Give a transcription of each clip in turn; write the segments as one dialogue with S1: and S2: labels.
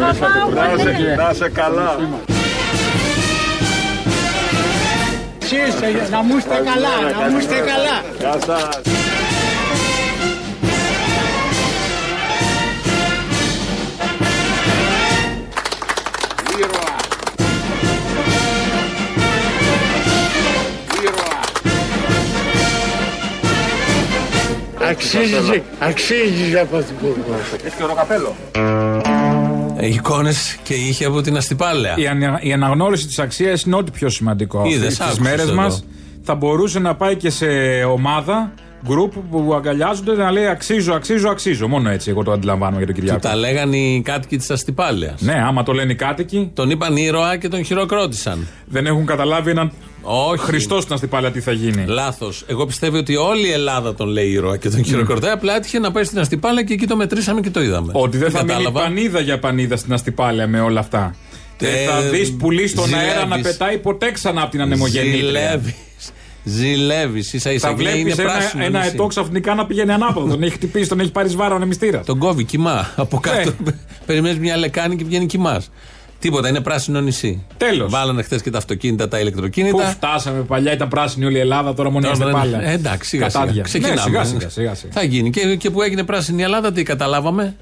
S1: Να σε καλά.
S2: Εσείς, να μου είστε καλά, να μου είστε καλά.
S1: Γεια σας.
S3: Ήρωα. Ήρωα.
S2: Αξίζει, αξίζει από την κούρμα.
S1: Έχει και ωραίο καπέλο.
S4: Εικόνε Ε, και είχε από την Αστυπάλαια.
S5: Η, ανα- η αναγνώριση της αξίας είναι ό,τι πιο σημαντικό.
S4: Είδες,
S5: Στι
S4: άκουσες
S5: μέρες
S4: εδώ.
S5: μας θα μπορούσε να πάει και σε ομάδα, γκρουπ που αγκαλιάζονται να λέει αξίζω, αξίζω, αξίζω. Μόνο έτσι εγώ το αντιλαμβάνομαι για τον
S4: Του
S5: Κυριακό.
S4: τα λέγανε οι κάτοικοι της Αστυπάλαιας.
S5: Ναι, άμα το λένε οι κάτοικοι,
S4: Τον είπαν ήρωα και τον χειροκρότησαν.
S5: δεν έχουν καταλάβει έναν
S4: Όχι.
S5: Χριστός στην Αστυπάλα τι θα γίνει.
S4: Λάθος. Εγώ πιστεύω ότι όλη η Ελλάδα τον λέει ήρωα
S5: Ναι.
S4: και τον χειροκροτάει. Απλά έτυχε να πάει στην Αστυπάλαια και εκεί το μετρήσαμε και το είδαμε.
S5: Ότι δεν θα μείνει
S4: Κατάλαβα.
S5: πανίδα για πανίδα στην Αστυπάλια με όλα αυτά.
S4: Ε,
S5: Δεν θα δεις πουλί στον
S4: ζηλεύεις.
S5: αέρα να πετάει ποτέ ξανά από την ανεμογεννήτρια.
S4: Ζηλεύεις. Ζηλεύεις. σα ίσα
S5: Θα
S4: η γλυκιά
S5: βλέπει
S4: είναι
S5: ένα,
S4: πράσινη.
S5: ένα
S4: μισή.
S5: ετό ξαφνικά να πηγαίνει ανάποδα. τον έχει χτυπήσει, τον έχει πάρει σβάρα ο ανεμιστήρα.
S4: Τον κόβει, κοιμά.
S5: Ναι.
S4: Από κάτω. Περιμένεις μια λεκάνη και βγαίνει κοιμάς. Τίποτα, είναι πράσινο νησί.
S5: Τέλος.
S4: Βάλανε χθες και τα αυτοκίνητα, τα ηλεκτροκίνητα.
S5: Πού φτάσαμε παλιά, ήταν πράσινη όλη η Ελλάδα, τώρα μόνο
S4: Τώρα
S5: είμαστε
S4: δεν-
S5: πάλι.
S4: Ε, εντάξει, σιγά σιγά.
S5: Κατάδια.
S4: Ξεκινάμε.
S5: Ναι, σιγά, σιγά, σιγά, σιγά.
S4: Θα γίνει. Και, και που έγινε πράσινη η Ελλάδα, τι καταλάβαμε.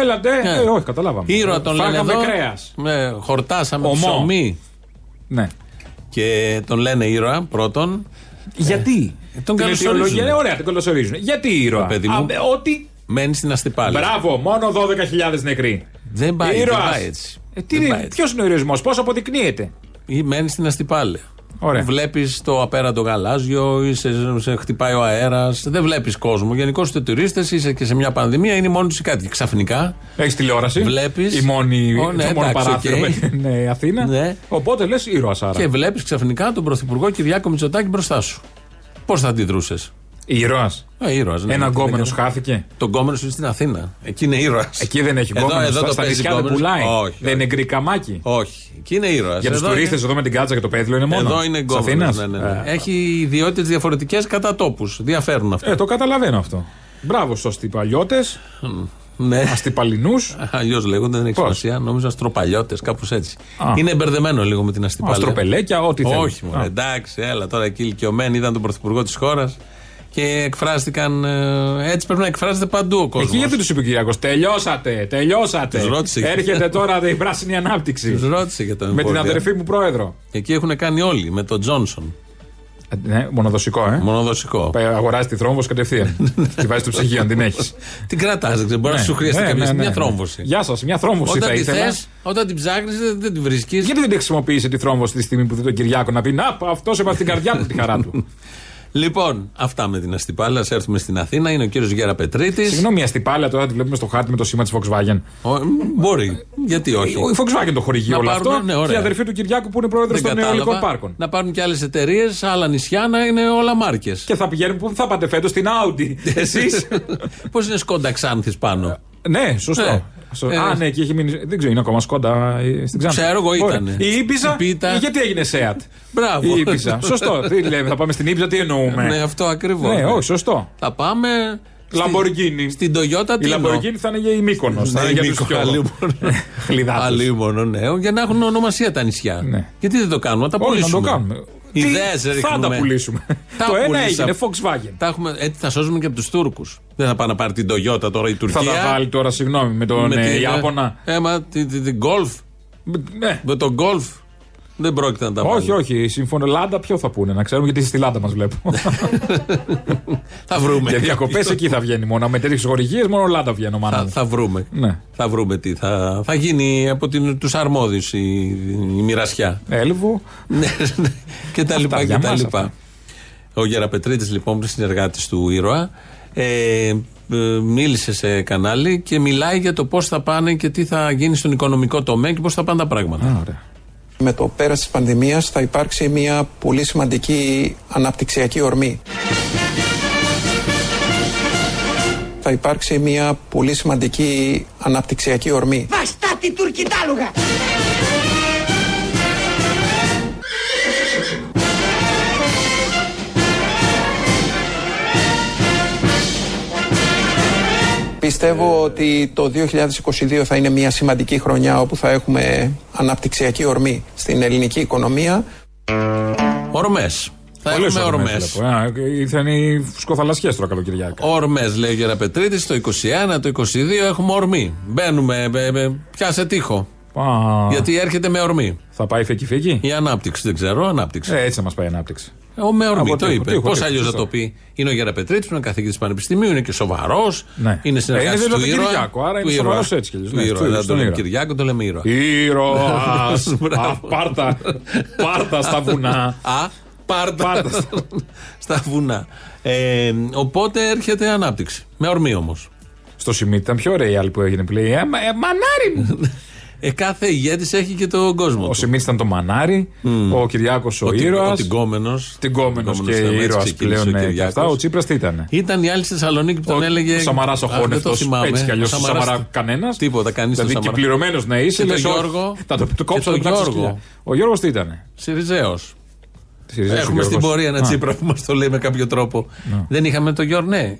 S5: Έλατε,
S4: Ναι.
S5: ε, όχι, καταλάβαμε.
S4: Ήρωα τον λένε
S5: Φάγαμε
S4: εδώ.
S5: κρέας.
S4: Ναι, χορτάσαμε
S5: Ομό.
S4: ψωμί.
S5: Ναι.
S4: Και τον λένε ήρωα πρώτον.
S5: Γιατί.
S4: Ε, τον
S5: Την
S4: καλωσορίζουν.
S5: αιτιολογία, ναι, Ωραία, τον καλωσορίζουν. Γιατί ήρωα.
S4: παιδί μου.
S5: Α, ε, Ότι.
S4: Μένει στην Αστυπάλη.
S5: Μπράβο, μόνο 12.000 νεκροί.
S4: Δεν πάει, δεν
S5: Ήρωας.
S4: πάει έτσι.
S5: Ε,
S4: Δεν
S5: τι είναι,
S4: πάει έτσι.
S5: ποιος είναι ο ιερισμός, πώς αποδεικνύεται.
S4: Ή μένεις στην Αστυπάλη.
S5: Ωραία.
S4: Βλέπεις το απέραντο γαλάζιο, ή σε, σε χτυπάει ο αέρας. Δεν βλέπεις κόσμο. Γενικώς είστε τουρίστες, είσαι και σε μια πανδημία, είναι μόνο του κάτι. Ξαφνικά
S5: Έχεις τηλεόραση.
S4: Βλέπεις.
S5: Η μόνη,
S4: Ω, ναι,
S5: το μόνο
S4: εντάξει,
S5: παράθυρο
S4: οκ.
S5: με την ε, Αθήνα.
S4: Ναι.
S5: Οπότε λες ήρωας άρα.
S4: και βλέπεις ξαφνικά τον Πρωθυπουργό Κυριάκο Μητσοτάκη μπροστά σου. Πώς θα αντιδρούσες.
S5: Ήρωας.
S4: Ε, ήρωας, ναι.
S5: Ένα
S4: Δεν
S5: γκόμενο
S4: κάνει-
S5: χάθηκε.
S4: Τον κόμενο είναι στην Αθήνα. Εκεί είναι ήρωας.
S5: Εκεί δεν έχει
S4: εδώ,
S5: γκόμενο.
S4: εδώ
S5: στα
S4: το
S5: στα
S4: παίζει
S5: νησιά δεν
S4: γκόμενος.
S5: πουλάει.
S4: Όχι,
S5: δεν είναι γκρικαμάκι.
S4: όχι. Εκεί είναι ήρωας.
S5: Για τους τουρίστες εδώ με την κάτσα και το πέδιλο είναι μόνο.
S4: Εδώ είναι
S5: Της
S4: γκόμενος.
S5: Αθήνας.
S4: Ναι, ναι, ναι.
S5: Ε,
S4: Έχει ιδιότητες διαφορετικές κατά τόπους. Διαφέρουν αυτά.
S5: Ε, το καταλαβαίνω αυτό. Μπράβο στους αστυπαλιώτες,
S4: ναι.
S5: αστυπαλινούς.
S4: Αλλιώς λέγονται, δεν έχει
S5: Πώς?
S4: σημασία. Νομίζω αστροπαλιώτες, κάπως έτσι.
S5: Α.
S4: Είναι μπερδεμένο λίγο με την αστυπαλία.
S5: Αστροπελέκια, ό,τι θέλει.
S4: Όχι, μωρέ, εντάξει, έλα τώρα εκεί ηλικιωμένοι είδαν τον πρωθυπουργό της χώρας και εκφράστηκαν. ε, έτσι πρέπει να εκφράζεται παντού ο κόσμος.
S5: Εκεί γιατί τους είπε ο Κυριακό, τελειώσατε, τελειώσατε.
S4: Τους ρώτησε.
S5: Έρχεται τώρα η πράσινη ανάπτυξη.
S4: ρώτησε για τον
S5: με την
S4: εμβόλιο.
S5: αδερφή μου πρόεδρο.
S4: Εκεί έχουν κάνει όλοι με τον Τζόνσον.
S5: Ε, Ναι, μονοδοσικό, ε.
S4: Μονοδοσικό.
S5: Πάει, Αγοράζει τη θρόμβο κατευθείαν. Τη βάζει στο ψυγείο, αν την έχεις.
S4: Την κρατάς, δεν ξέρω, μπορεί
S5: Ναι.
S4: να σου χρειαστεί κάποια στιγμή μια θρόμβωση.
S5: Γεια σας, μια θρόμβωση
S4: Όταν
S5: θα
S4: τη
S5: ήθελα.
S4: θες, όταν την ψάχνεις, δεν, δεν την βρίσκεις.
S5: Γιατί δεν τη χρησιμοποίησε τη θρόμβωση τη στιγμή που δει τον Κυριάκο να πει Να, αυτό έβαλε την καρδιά του τη χαρά του.
S4: Λοιπόν, αυτά με την Αστυπάλα. ας έρθουμε στην Αθήνα. Είναι ο κύριος Γέρα Πετρίτης.
S5: Συγγνώμη, η αστυπάλια τώρα τη βλέπουμε στο χάρτη με το σήμα της Volkswagen.
S4: Μπορεί. Γιατί όχι.
S5: Η Volkswagen το χορηγεί
S4: Ε, Να
S5: όλο
S4: πάρουν,
S5: αυτό.
S4: ναι,
S5: και
S4: ωραία.
S5: η αδερφή του Κυριάκου που είναι πρόεδρος
S4: Δεν
S5: των
S4: κατάλαβα.
S5: Νεολικών Πάρκων.
S4: Να πάρουν και άλλες εταιρείες, άλλα νησιά να είναι όλα μάρκες.
S5: Και θα πηγαίνουν που θα πάτε φέτος στην Audi. Εσείς.
S4: Πώς είναι σκόντα ξάνθης πάνω.
S5: ναι, σωστό.
S4: Ναι.
S5: Σω-
S4: Ε,
S5: Α, ναι, και έχει μείνει. Δεν ξέρω, είναι ακόμα σκόντα ε, στην Ξάνθη.
S4: Ξέρω εγώ,
S5: Ωραία.
S4: ήτανε.
S5: Η Ήπειζα.
S4: Η Πίτα.
S5: ε, Γιατί έγινε ΣΕΑΤ.
S4: Μπράβο.
S5: Η Ήπειζα. σωστό. Τι λέμε, θα πάμε στην Ήπειζα, τι εννοούμε.
S4: Ναι, αυτό ακριβώς.
S5: Ναι, όχι, σωστό.
S4: Θα πάμε. στη-
S5: Λαμποργκίνη.
S4: Στην Toyota
S5: Η
S4: τι εννοώ?
S5: Λαμπορκίνη θα είναι για η Μύκονος, θα
S4: Ναι,
S5: είναι για τους
S4: Νίκο,
S5: πιο
S4: αλλήμον.
S5: χλιδάτες.
S4: Αλλήμον, ναι, για να έχουν ονομασία τα νησιά.
S5: Ναι.
S4: Γιατί δεν το κάνουμε, να τα
S5: Όχι, να
S4: πουλήσουμε.
S5: το κάνουμε.
S4: Ιδέες
S5: Τι θα
S4: ρίχνουμε.
S5: τα πουλήσουμε.
S4: Τα
S5: Το ένα
S4: πουλήσαμε.
S5: έγινε, Volkswagen.
S4: Τα έχουμε, έτσι θα σώζουμε και από τους Τούρκους. Δεν θα πάει να πάρει την Toyota τώρα η Τουρκία.
S5: Θα τα βάλει τώρα, συγγνώμη, με τον ε,
S4: την,
S5: Ιάπωνα.
S4: Ε, μα την τη, τη Golf.
S5: Ναι.
S4: Με τον Golf δεν πρόκειται να τα βάλει.
S5: Όχι, όχι. Σύμφωνα Λάντα, ποιο θα πούνε, να ξέρουμε γιατί στη Λάντα μας βλέπω.
S4: Ναι. Θα βρούμε.
S5: Για διακοπές εκεί θα βγαίνει μόνο. Με τέτοιες χορηγίες μόνο Λάντα βγαίνω, μάνα.
S4: Θα,
S5: μου.
S4: θα βρούμε.
S5: Ναι.
S4: Θα βρούμε τι. Θα, θα γίνει από τους αρμόδιους η, η μοιρασιά.
S5: Έλβο.
S4: Ναι, ναι. και τα λοιπά
S5: για
S4: και τα
S5: μας
S4: λοιπά.
S5: αυτά.
S4: Ο Γεραπετρίτης λοιπόν, συνεργάτης του Ήρωα, ε, ε, μίλησε σε κανάλι και μιλάει για το πώς θα πάνε και τι θα γίνει στον οικονομικό τομέα και πώς θα πάνε τα πράγματα.
S5: Α, ωραία.
S6: Με το πέρας της πανδημίας θα υπάρξει μια πολύ σημαντική αναπτυξιακή ορμή. Θα υπάρξει μια πολύ σημαντική αναπτυξιακή ορμή.
S7: Βαστάτη τουρκιτάλουγα!
S6: Η Πιστεύω ότι το 2022 θα είναι μια σημαντική χρονιά όπου θα έχουμε αναπτυξιακή ορμή στην ελληνική οικονομία.
S4: Ορμές. Θα έχουμε ορμές.
S5: Ήρθαν οι σκοθαλασσιέ τώρα καλοκαιριάκα.
S4: Ορμέ, ε. λέει ο Γεραπετρίτης, το 21, το 22 έχουμε ορμή. Μπαίνουμε, μπε, μπε, πιάσε τείχο.
S5: Α,
S4: Γιατί έρχεται με ορμή.
S5: Θα πάει φέκι φέκι.
S4: Η ανάπτυξη, δεν ξέρω, ανάπτυξη. Ε,
S5: Ε, έτσι θα μας πάει η ανάπτυξη.
S4: Ο με ορμή,
S5: Από
S4: το
S5: τείχο,
S4: είπε.
S5: τείχο,
S4: Πώ
S5: τείχο,
S4: αλλιώς θα
S5: σωστό.
S4: το πει. Είναι ο Γεραπετρίτης, είναι καθηγητής Πανεπιστημίου, είναι και σοβαρός.
S5: Ναι.
S4: Είναι συνεργάτη
S5: Ε, είναι
S4: του
S5: δηλαδή
S4: ήρωα.
S5: Κυριάκο, άρα
S4: του
S5: είναι
S4: ήρωα.
S5: σοβαρός έτσι κι αλλιώς.
S4: Του
S5: Ναι,
S4: ήρωα,
S5: του-
S4: Δεν το
S5: στον
S4: λέμε
S5: ήρωα.
S4: Κυριάκο, το λέμε ήρωα.
S5: Ήρωας,
S4: Μπράβο.
S5: Α, Πάρτα. Πάρτα στα βουνά.
S4: Α, πάρτα.
S5: Πάρτα.
S4: Στα βουνά. Ε, οπότε έρχεται ανάπτυξη. Με ορμή όμως.
S5: Στο σημείο ήταν πιο ωραία η άλλη που έγινε που λέει «Ε, μα- ε, Μανάρι μου.
S4: Ε, κάθε ηγέτης έχει και τον κόσμο.
S5: Ο Σιμίτη ήταν το Μανάρι, ο Κυριάκος ο, ήρωα.
S4: Τυγκόμενο.
S5: Τυγκόμενο και ήρωα πλέον ε, και αυτά. Ο Τσίπρας τι ήταν.
S4: ναι, Ήταν η άλλη στη Θεσσαλονίκη που τον
S5: Ο-
S4: έλεγε.
S5: ο Σαμαράς ο
S4: Α, δεν το
S5: Χώνευτος,
S4: θυμάμαι.
S5: έτσι κι αλλιώς
S4: Ο
S5: ο
S4: Σαμαράς-
S5: Σαμαρά κανένας.
S4: Τίποτα, κανείς δεν
S5: Δηλαδή και
S4: Σαμαρά.
S5: πληρωμένος να είσαι.
S4: Και
S5: λες,
S4: τον
S5: «Όχι,
S4: Γιώργο.
S5: Θα το, το κόψω,
S4: Και
S5: θα το
S4: τον
S5: πετάξω
S4: Γιώργο.
S5: σκυλιά». Ο Γιώργος τι ήταν.
S4: Σιριζέο. Έχουμε στην πορεία ένα Τσίπρα που μας το λέει με κάποιο τρόπο. Δεν είχαμε τον Γιώργο. Ναι.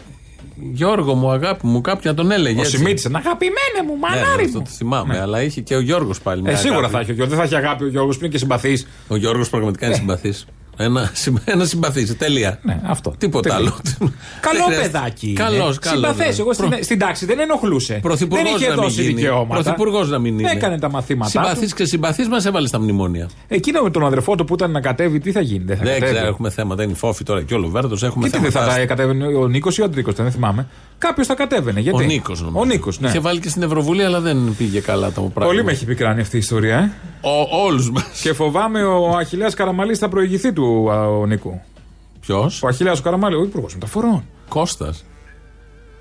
S4: Γιώργο μου, αγάπη μου, κάποιον τον έλεγε.
S5: Ο
S4: έτσι.
S5: Σιμίτης, αγαπημένο μου,
S4: Ναι,
S5: μανάρι
S4: αυτό
S5: μου.
S4: το θυμάμαι, αλλά είχε και ο Γιώργος πάλι. μια
S5: Ε, σίγουρα
S4: αγάπη.
S5: θα έχει ο Γιώργος. Δεν θα έχει αγάπη ο Γιώργος που είναι και συμπαθής.
S4: Ο Γιώργος πραγματικά είναι συμπαθής. Ένα, συμ- ένα συμπαθή. Τέλεια.
S5: Ναι, αυτό.
S4: Τίποτα
S5: Τέλεια.
S4: άλλο.
S5: Καλό
S4: Δεν χρειάζεται.
S5: παιδάκι.
S4: Καλός, καλός.
S5: Συμπαθές.
S4: ναι.
S5: Εγώ στην, στην τάξη δεν ενοχλούσε. Δεν
S4: Πρωθυπουργός
S5: είχε
S4: να μην
S5: δώσει
S4: γίνει.
S5: δικαιώματα.
S4: Πρωθυπουργός να μην είναι.
S5: Έκανε τα μαθήματά του.
S4: Συμπαθή και συμπαθή μας έβαλες στα μνημόνια.
S5: Εκείνο με τον αδερφό του που ήταν να κατέβει, τι θα γίνει. Δεν θα
S4: Δεν
S5: κατέβει.
S4: ξέρω, έχουμε θέματα. Είναι φόφη τώρα και ο Λουβέρτο. Έχουμε
S5: Ε, Και τι δεν θα τα κατέβαινε ο Νίκος ή ο Αντρίκος, δεν θυμάμαι. Κάποιος θα κατέβαινε. Γιατί?
S4: Ο Νίκος νομίζω.
S5: Ο Νίκος, ναι.
S4: Είχε βάλει και στην Ευρωβουλή, αλλά δεν πήγε καλά το πράγμα.
S5: Πολύ με έχει πικράνει αυτή η ιστορία. Ε.
S4: Ο, όλους μας.
S5: Και φοβάμαι ο Αχιλέας Καραμαλής θα προηγηθεί του α, ο Νίκου.
S4: Ποιος?
S5: Ο Αχιλέας Καραμαλή, ο υπουργός μεταφορών.
S4: Κώστας.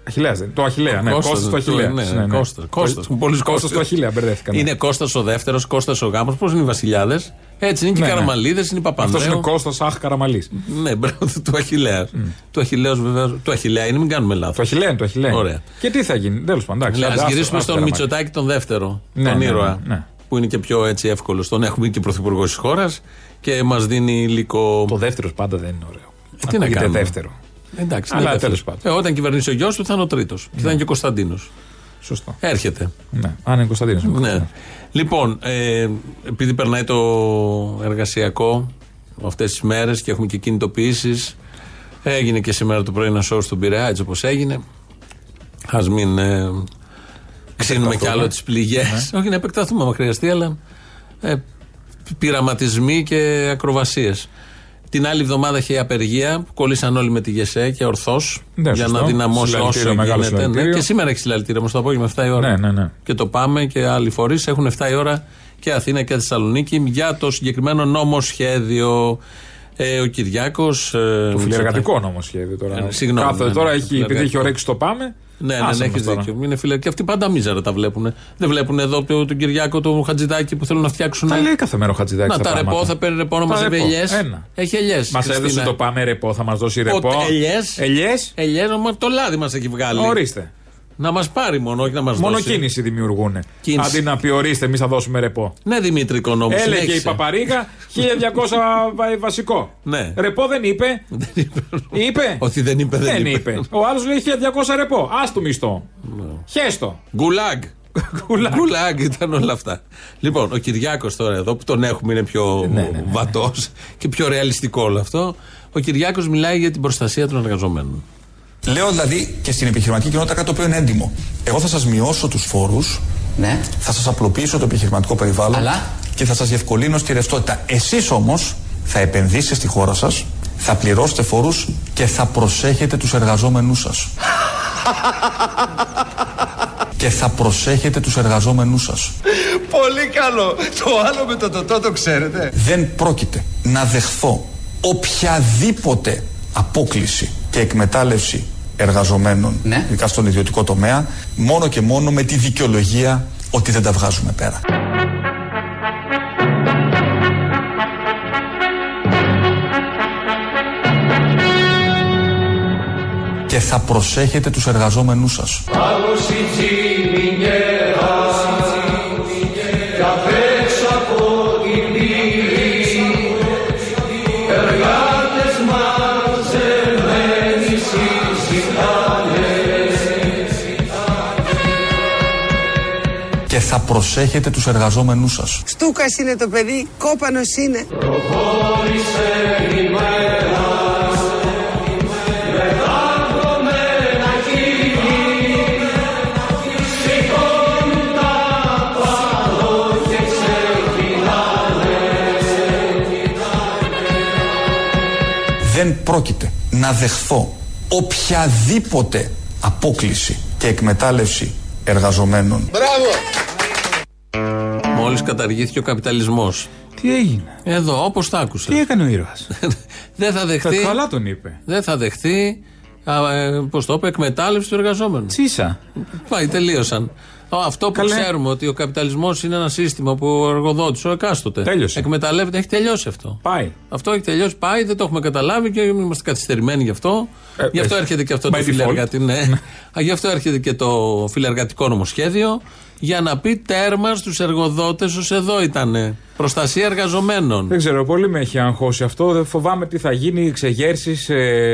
S5: Αχιλέα, δεν. Το Αχιλέα, ναι.
S4: Κώστας,
S5: Κώστας του
S4: ναι,
S5: Αχιλέα.
S4: ναι, Κώστας, Κώστας, έχουν πολλούς
S5: Κώστας
S4: Κώστας.
S5: του Αχιλέα, μπερδεύτηκα. ναι.
S4: Είναι Κώστας ο δεύτερος, Κώστας ο γάμος. Πώς είναι οι βασιλιάδες. Έτσι είναι και
S5: Ναι,
S4: οι
S5: ναι.
S4: Καραμαλίδες, είναι οι
S5: Αυτό
S4: Παπανδρέου.
S5: είναι ο Κώστας Αχ Καραμαλής.
S4: Ναι, μπράβο, του Αχιλέας. Του Αχιλέας βεβαίως. Του Αχιλέα είναι, μην κάνουμε
S5: Το
S4: λάθος.
S5: Αχιλέν, το Αχιλέν.
S4: Ωραία.
S5: Και τι θα γίνει, τέλος πάντων. εντάξει,
S4: Λέω, Δηλαδή, Ας
S5: άντε,
S4: γυρίσουμε
S5: άσε,
S4: στον
S5: άσε, Καραμαλή.
S4: Μητσοτάκη τον δεύτερο,
S5: Ναι,
S4: τον
S5: ναι, ναι,
S4: ήρωα.
S5: ναι.
S4: Που είναι και πιο έτσι εύκολο. Τον έχουμε και πρωθυπουργός της χώρας και μας δίνει υλικό.
S5: Το δεύτερος πάντα δεν είναι ωραίο.
S4: Ε, τι να
S5: Ακούγεται
S4: κάνουμε.
S5: δεύτερο.
S4: Εντάξει,
S5: Αλλά
S4: είναι δεύτερος.
S5: ναι, τέλος πάντων. Ναι.
S4: Ε, όταν κυβερνήσει ο γιος του θα είναι ο τρίτος. Και θα είναι και ο Κωνσταντίνος.
S5: Σωστό.
S4: Έρχεται.
S5: Ναι. Αν είναι Κωνσταντίνο.
S4: Ε. Ναι. Λοιπόν, ε, επειδή περνάει το εργασιακό αυτές τις μέρες και έχουμε και κινητοποιήσεις έγινε και σήμερα το πρωί ένα show στον Πειραιά έτσι όπως έγινε ας μην ε, ξύνουμε κι άλλο τις πληγές
S5: Ναι.
S4: όχι να επεκταθούμε άμα χρειαστεί αλλά ε, πειραματισμοί και ακροβασίες την άλλη εβδομάδα είχε η απεργία που κολλήσαν όλοι με τη ΓΕΣΕ και ορθώς
S5: Ναι,
S4: για
S5: σωστό.
S4: να δυναμώσει
S5: Συλλαλητήριο,
S4: όσο
S5: μεγάλο
S4: γίνεται. Ναι,
S5: συλλαλητήριο.
S4: και σήμερα έχει συλλαλητήριο, όμως το απόγευμα 7 η ώρα.
S5: Ναι, ναι, ναι.
S4: Και το πάμε και άλλοι φορείς. Έχουν 7 η ώρα και Αθήνα και Θεσσαλονίκη για το συγκεκριμένο νομοσχέδιο. Ε, ο Κυριάκος. Ε,
S5: Το
S4: Μητσοτάκη-
S5: φιλεργατικό όμω σχέδιο τώρα.
S4: Ε, συγγνώμη,
S5: Κάθε
S4: ναι,
S5: τώρα
S4: ναι,
S5: έχει,
S4: το
S5: επειδή έχει
S4: φιλεργατικό.
S5: ωρέξει το πάμε.
S4: Ναι, ναι,
S5: άσε
S4: ναι
S5: μας
S4: έχεις
S5: τώρα.
S4: δίκιο. Είναι φιλε... Και αυτοί πάντα μίζαρα τα βλέπουν. Δεν βλέπουν εδώ το- τον Κυριάκο, τον Χατζηδάκη που θέλουν να φτιάξουν.
S5: Τα λέει κάθε μέρα ο Χατζηδάκης.
S4: Ναι. να τα ρεπό, θα παίρνει ρεπό να
S5: Τα
S4: μα
S5: ρεπό.
S4: ελιές.
S5: Ένα.
S4: Έχει ελιές.
S5: Μας έδωσε το πάμε ρεπό, θα μας δώσει ρεπό.
S4: ελιές. Ε,
S5: Ελιές.
S4: Ελιέ, το λάδι μας έχει βγάλει.
S5: Ορίστε.
S4: Να μας πάρει μόνο, όχι να μας δώσει.
S5: Μόνο κίνηση δημιουργούν.
S4: Κίνηση.
S5: Αντί να πει ορίστε, εμείς θα δώσουμε ρεπό.
S4: Ναι, Δημήτρη Κονόμου.
S5: Έλεγε
S4: συνέχισε.
S5: η Παπαρίγα 1200 βα- βασικό.
S4: Ναι.
S5: Ρεπό δεν είπε.
S4: Δεν είπε.
S5: Είπε.
S4: Ότι δεν είπε, δεν είπε. Ναι.
S5: Ο άλλος λέει 1200 ρεπό. Ας το μισθό. Χέστο.
S4: Γκουλάγκ.
S5: Γκουλάγκ.
S4: Γκουλάγκ ήταν όλα αυτά. Λοιπόν, ο Κυριάκος τώρα εδώ που τον έχουμε είναι πιο
S5: Ναι,
S4: βατός και πιο ρεαλιστικό όλο αυτό. Ο Κυριάκος μιλάει για την προστασία των εργαζομένων.
S3: Λέω δηλαδή και στην επιχειρηματική κοινότητα κάτι το οποίο είναι έντιμο. Εγώ θα σας μειώσω τους φόρους,
S7: Ναι.
S3: θα σας απλοποιήσω το επιχειρηματικό περιβάλλον
S7: Αλλά?
S3: και θα σας διευκολύνω στη ρευστότητα. Εσείς όμως θα επενδύσετε στη χώρα σας, θα πληρώσετε φόρους και θα προσέχετε τους εργαζόμενούς σας. και θα προσέχετε τους εργαζόμενούς σας.
S8: Πολύ καλό. Το άλλο με το τοτό το ξέρετε.
S3: Δεν πρόκειται να δεχθώ οποιαδήποτε απόκληση και εκμετάλλευση εργαζομένων,
S7: Ναι.
S3: ειδικά στον ιδιωτικό τομέα, μόνο και μόνο με τη δικαιολογία ότι δεν τα βγάζουμε πέρα. Και θα προσέχετε τους εργαζόμενούς σας. και θα προσέχετε τους εργαζόμενούς σας.
S7: Στούκας είναι το παιδί, κόπανος είναι.
S3: Δεν πρόκειται να δεχθώ οποιαδήποτε απόκληση και εκμετάλλευση εργαζομένων.
S4: Μόλι καταργήθηκε ο καπιταλισμός.
S5: Τι έγινε.
S4: Εδώ, όπως τα
S5: Τι
S4: άκουσε.
S5: έκανε ο ήρωας.
S4: δεν θα δεχτεί.
S5: Καλά τον είπε.
S4: Δεν θα δεχτεί. Πώς το είπε, εκμετάλλευση του εργαζόμενου.
S5: Τσίσα.
S4: Πάει, τελείωσαν. Ο- Αυτό που
S5: Καλέ.
S4: ξέρουμε ότι ο καπιταλισμός είναι ένα σύστημα που ο εργοδότης, ο εκάστοτε,
S5: Τέλειωσε.
S4: εκμεταλλεύεται, έχει τελειώσει αυτό.
S5: Πάει.
S4: Αυτό έχει τελειώσει, πάει, δεν το έχουμε καταλάβει και είμαστε καθυστερημένοι γι' αυτό.
S5: Ε,
S4: γι' αυτό
S5: ε,
S4: έρχεται και αυτό
S5: by
S4: το
S5: default.
S4: φιλεργατικό. Ναι. Α, γι' αυτό έρχεται και το φιλεργατικό νομοσχέδιο για να πει τέρμα στους εργοδότες ως εδώ ήταν. Προστασία εργαζομένων.
S5: Δεν ξέρω, πολύ με έχει αγχώσει αυτό. Δεν Φοβάμαι τι θα γίνει, εξεγέρσει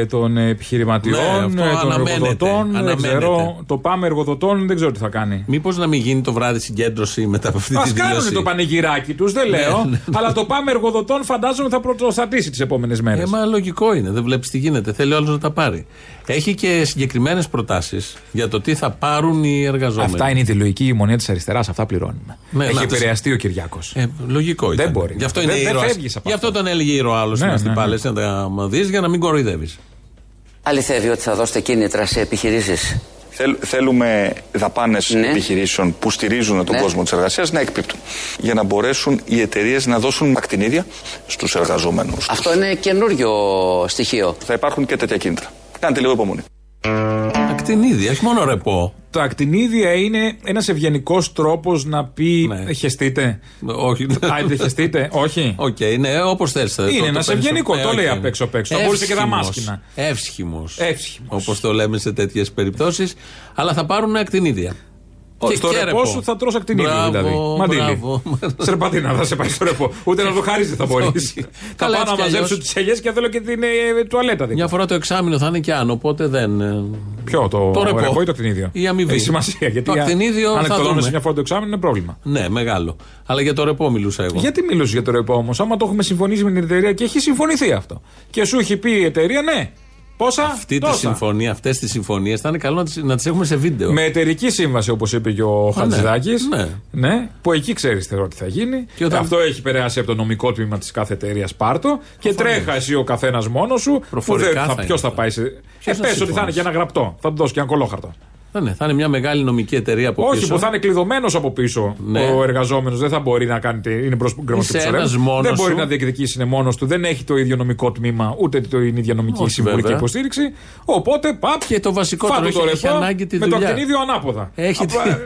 S5: των ε,
S4: Ναι,
S5: επιχειρηματιών,
S4: αυτό
S5: ε, των
S4: αναμένεται.
S5: εργοδοτών. Δεν
S4: Αναμένεται.
S5: ξέρω. Το πάμε εργοδοτών, δεν ξέρω τι θα κάνει.
S4: Μήπως να μην γίνει το βράδυ συγκέντρωση μετά από αυτή
S5: Α
S4: τη Ναι,
S5: κάνουν
S4: δήλωση.
S5: το πανηγυράκι τους, δεν λέω. αλλά το πάμε εργοδοτών φαντάζομαι θα πρωτοστατήσει τις επόμενες μέρες.
S4: Ε, μα λογικό είναι, δεν βλέπεις τι γίνεται. Θέλει ο άλλος να τα πάρει. Έχει και συγκεκριμένες προτάσεις για το τι θα πάρουν οι εργαζόμενοι.
S5: Αυτά είναι η ιδεολογική ηγεμονία της αριστεράς. Αυτά πληρώνουμε.
S4: Ναι,
S5: Έχει
S4: να,
S5: επηρεαστεί ο Κυριακό.
S4: Ε, λογικό ήταν.
S5: μπορεί.
S4: Γι' αυτό
S5: Δεν-
S4: είναι
S5: δεν
S4: ήρωας.
S5: φεύγεις από
S4: Γι' αυτό τον έλεγε ήρωα άλλος
S5: Ναι,
S4: στην
S5: ναι, ναι.
S4: Αστυπάλε να τα δεις για να μην κοροϊδεύεις.
S9: Αληθεύει ότι θα δώσετε κίνητρα σε επιχειρήσεις.
S10: Θέλ- θέλουμε δαπάνες
S9: Ναι.
S10: επιχειρήσεων που στηρίζουν τον
S9: Ναι.
S10: κόσμο της εργασίας να εκπίπτουν. Για να μπορέσουν οι εταιρείες να δώσουν ακτινίδια στους εργαζόμενου.
S9: Αυτό είναι καινούριο στοιχείο.
S10: Θα υπάρχουν και τέτοια κίνητρα. Κάντε λίγο υπομονή.
S4: Ακτινίδη, όχι μόνο ρεπό.
S5: Τα ακτινίδια είναι ένας ευγενικός τρόπος να πει. «Ε,
S4: Ναι.
S5: Χεστείτε.
S4: Όχι.
S5: Άντε, χεστείτε. Όχι.
S4: Οκ, ναι, όπως θες.
S5: Είναι ένας ευγενικός, το λέει απ' έξω, απ' έξω. Θα μπορούσε και τα μάσκινα.
S4: Εύσχημο.
S5: Εύσχημος.
S4: Όπως το λέμε σε τέτοιες περιπτώσεις. Αλλά θα πάρουν ακτινίδια.
S5: στο ρεπό σου θα τρως ακτινίδιο
S4: Μπράβο,
S5: δηλαδή. Μαντήλι.
S4: μπράβο.
S5: Σερπατίνα θα σε πάει στο ρεπό. Ούτε να το χαρίζει δεν θα μπορείς.
S4: Όχι.
S5: θα
S4: Καλά,
S5: πάω
S4: έτσι
S5: να
S4: κι
S5: μαζέψω
S4: αλλιώς.
S5: τις ελιές και θέλω και την ε, τουαλέτα δίπλα.
S4: Μια φορά το εξάμεινο θα είναι και αν, οπότε δεν. ε,
S5: Ποιο, το,
S4: Το ρεπό.
S5: ή το ακτινίδιο.
S4: Η αμοιβή.
S5: Έχει σημασία. Γιατί
S4: Το
S5: για-
S4: ακτινίδιο
S5: αν
S4: θα
S5: εκτολώνεσαι
S4: δούμε.
S5: μια φορά το εξάμεινο είναι πρόβλημα.
S4: Ναι, μεγάλο. Αλλά για το ρεπό μιλούσα εγώ.
S5: Γιατί μιλούσες για το ρεπό όμως, άμα το έχουμε συμφωνήσει με την εταιρεία και έχει συμφωνηθεί αυτό. Και σου έχει πει η εταιρεία, ναι. Πόσα.
S4: Αυτή τη
S5: τόσα.
S4: συμφωνία, αυτές τις συμφωνίες θα είναι καλό να τις, να τις έχουμε σε βίντεο.
S5: Με εταιρική σύμβαση, όπως είπε και ο
S4: Α, ναι.
S5: Χατζηδάκης.
S4: Ναι.
S5: που εκεί ξέρεις θεωρώ τι θα γίνει.
S4: Και όταν-
S5: Αυτό έχει περάσει από το νομικό τμήμα της κάθε εταιρείας Πάρτο. Και τρέχα εσύ ο καθένας μόνος σου.
S4: Προφορικά θα είναι
S5: Ποιο θα
S4: αυτό.
S5: πάει σε.
S4: Ποιος
S5: ε,
S4: θα
S5: πες ότι θα είναι
S4: συμφωνήσει.
S5: και ένα γραπτό. Θα του δώσει και ένα κολόχαρτο.
S4: Θα είναι, θα είναι μια μεγάλη νομική εταιρεία από
S5: Όχι,
S4: πίσω.
S5: που θα είναι κλειδωμένος από πίσω
S4: Ναι.
S5: ο εργαζόμενος. Δεν θα μπορεί να κάνει. τη- Είναι προς, γκρεμός και
S4: ένας
S5: ψωρεύει.
S4: μόνος
S5: Δεν μπορεί
S4: σου.
S5: να διεκδικήσει, είναι μόνος του. Δεν έχει το ίδιο νομικό τμήμα, ούτε την ίδια νομική
S4: Όχι,
S5: συμβουλή και
S4: βέβαια.
S5: υποστήριξη. Οπότε, παπ.
S4: Και το βασικότερο,
S5: φάτου
S4: έχει-
S5: το
S4: έχει
S5: ρεπό
S4: ανάγκη τη
S5: Με το
S4: δουλειά.
S5: ακτινίδιο ανάποδα.
S4: Έχει
S5: Απ-
S4: τη-
S5: ε,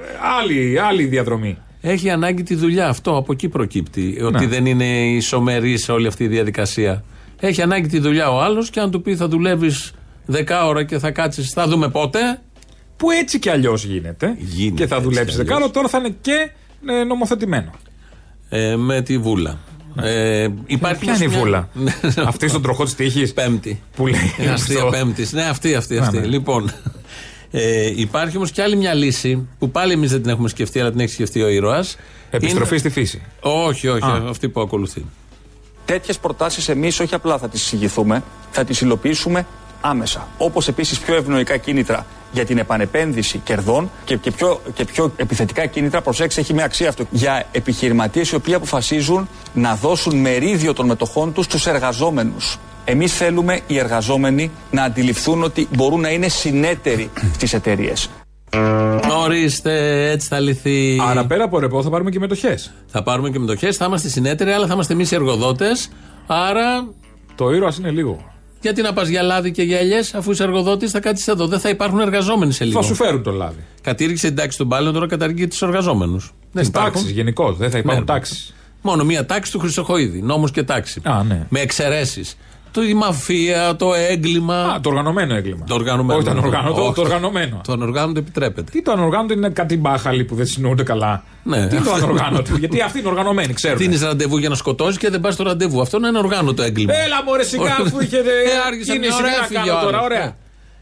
S5: άλλη, άλλη διαδρομή.
S4: Έχει ανάγκη τη δουλειά. Αυτό από εκεί προκύπτει.
S5: Ναι.
S4: Ότι δεν είναι ισομερή σε όλη αυτή η διαδικασία. Έχει ανάγκη τη δουλειά ο άλλος και αν του πει θα δουλεύεις 10 ώρα και θα κάτσεις, θα δούμε πότε.
S5: Που έτσι κι αλλιώς γίνεται.
S4: Γίνεται
S5: Και θα
S4: έτσι
S5: δουλέψει
S4: κι αλλιώς.
S5: δεκάρο, τώρα θα είναι και ε, νομοθετημένο.
S4: Ε, με τη βούλα. Ε, υπάρχει
S5: Ναι. Ποια είναι η
S4: μια-
S5: βούλα.
S4: Ναι.
S5: Αυτή στον τροχό της τύχης.
S4: Πέμπτη.
S5: Που λέει.
S4: Είναι αστεία
S5: αυτό.
S4: Πέμπτη. Ναι, αυτή, αυτή. αυτή.
S5: Ναι, ναι.
S4: Λοιπόν. Ε, υπάρχει όμως και άλλη μια λύση που πάλι εμείς δεν την έχουμε σκεφτεί, αλλά την έχει σκεφτεί ο ήρωας.
S5: Επιστροφή στη φύση.
S4: Όχι, όχι, αυτή που ακολουθεί.
S10: Τέτοιες προτάσεις εμείς όχι απλά θα τις συγγυθούμε, θα τις υλοποιήσουμε άμεσα. Όπως επίσης πιο ευνοϊκά κίνητρα για την επανεπένδυση κερδών και, και, πιο, και πιο επιθετικά κίνητρα, προσέξτε, έχει μια αξία αυτό. Για επιχειρηματίες οι οποίοι αποφασίζουν να δώσουν μερίδιο των μετοχών τους στους εργαζόμενους. Εμείς θέλουμε οι εργαζόμενοι να αντιληφθούν ότι μπορούν να είναι συνέτεροι στις εταιρείες.
S4: Ορίστε, έτσι θα λυθεί.
S5: Άρα πέρα από ρεπό θα πάρουμε και μετοχές.
S4: Θα πάρουμε και μετοχές, θα είμαστε συνέτεροι, αλλά θα είμαστε εμείς οι εργοδότες. Άρα,
S5: Το ήρωα είναι λίγο.
S4: γιατί να πας για λάδι και για ελιές, αφού είσαι εργοδότης, θα κάτσεις εδώ. Δεν θα υπάρχουν εργαζόμενοι σε λίγο.
S5: Θα σου φέρουν το λάδι.
S4: Κατήργησε την τάξη των πάλαιων, τώρα καταργεί τους εργαζόμενους. Δεν
S5: Τι τάξεις γενικώς. Δεν θα υπάρχουν
S4: Ναι, ρε.
S5: τάξεις.
S4: Μόνο μία τάξη του Χρυσοχοίδη. Νόμος και τάξη.
S5: Α, ναι.
S4: Με εξαιρέσεις. Η μαφία, το έγκλημα.
S5: Α, το οργανωμένο έγκλημα.
S4: Το οργανωμένο. ναι.
S5: Όχι, το ανοργανωτό,
S4: Όχι,
S5: το οργανωμένο.
S4: Το ανοργάνωτο επιτρέπεται.
S5: Τι το ανοργάνωτο είναι κάτι μπάχαλοι που δεν συνοούνται καλά.
S4: Ναι.
S5: Τι το ανοργάνωτο. Γιατί αυτοί είναι οργανωμένοι, ξέρουν.
S4: Δίνεις ραντεβού για να σκοτώσεις και δεν πας στο
S5: Ε,
S4: ραντεβού. Αυτό είναι ένα οργάνωτο έγκλημα.
S5: Έλα μωρέ σιγά
S4: Όχι.
S5: αφού είχε.
S4: Ε, άργησε
S5: Είναι
S4: μια ώρα,
S5: σημεία να
S4: έφυγε
S5: κάνω
S4: ο άλλος. Ε,
S5: τώρα, ωραία.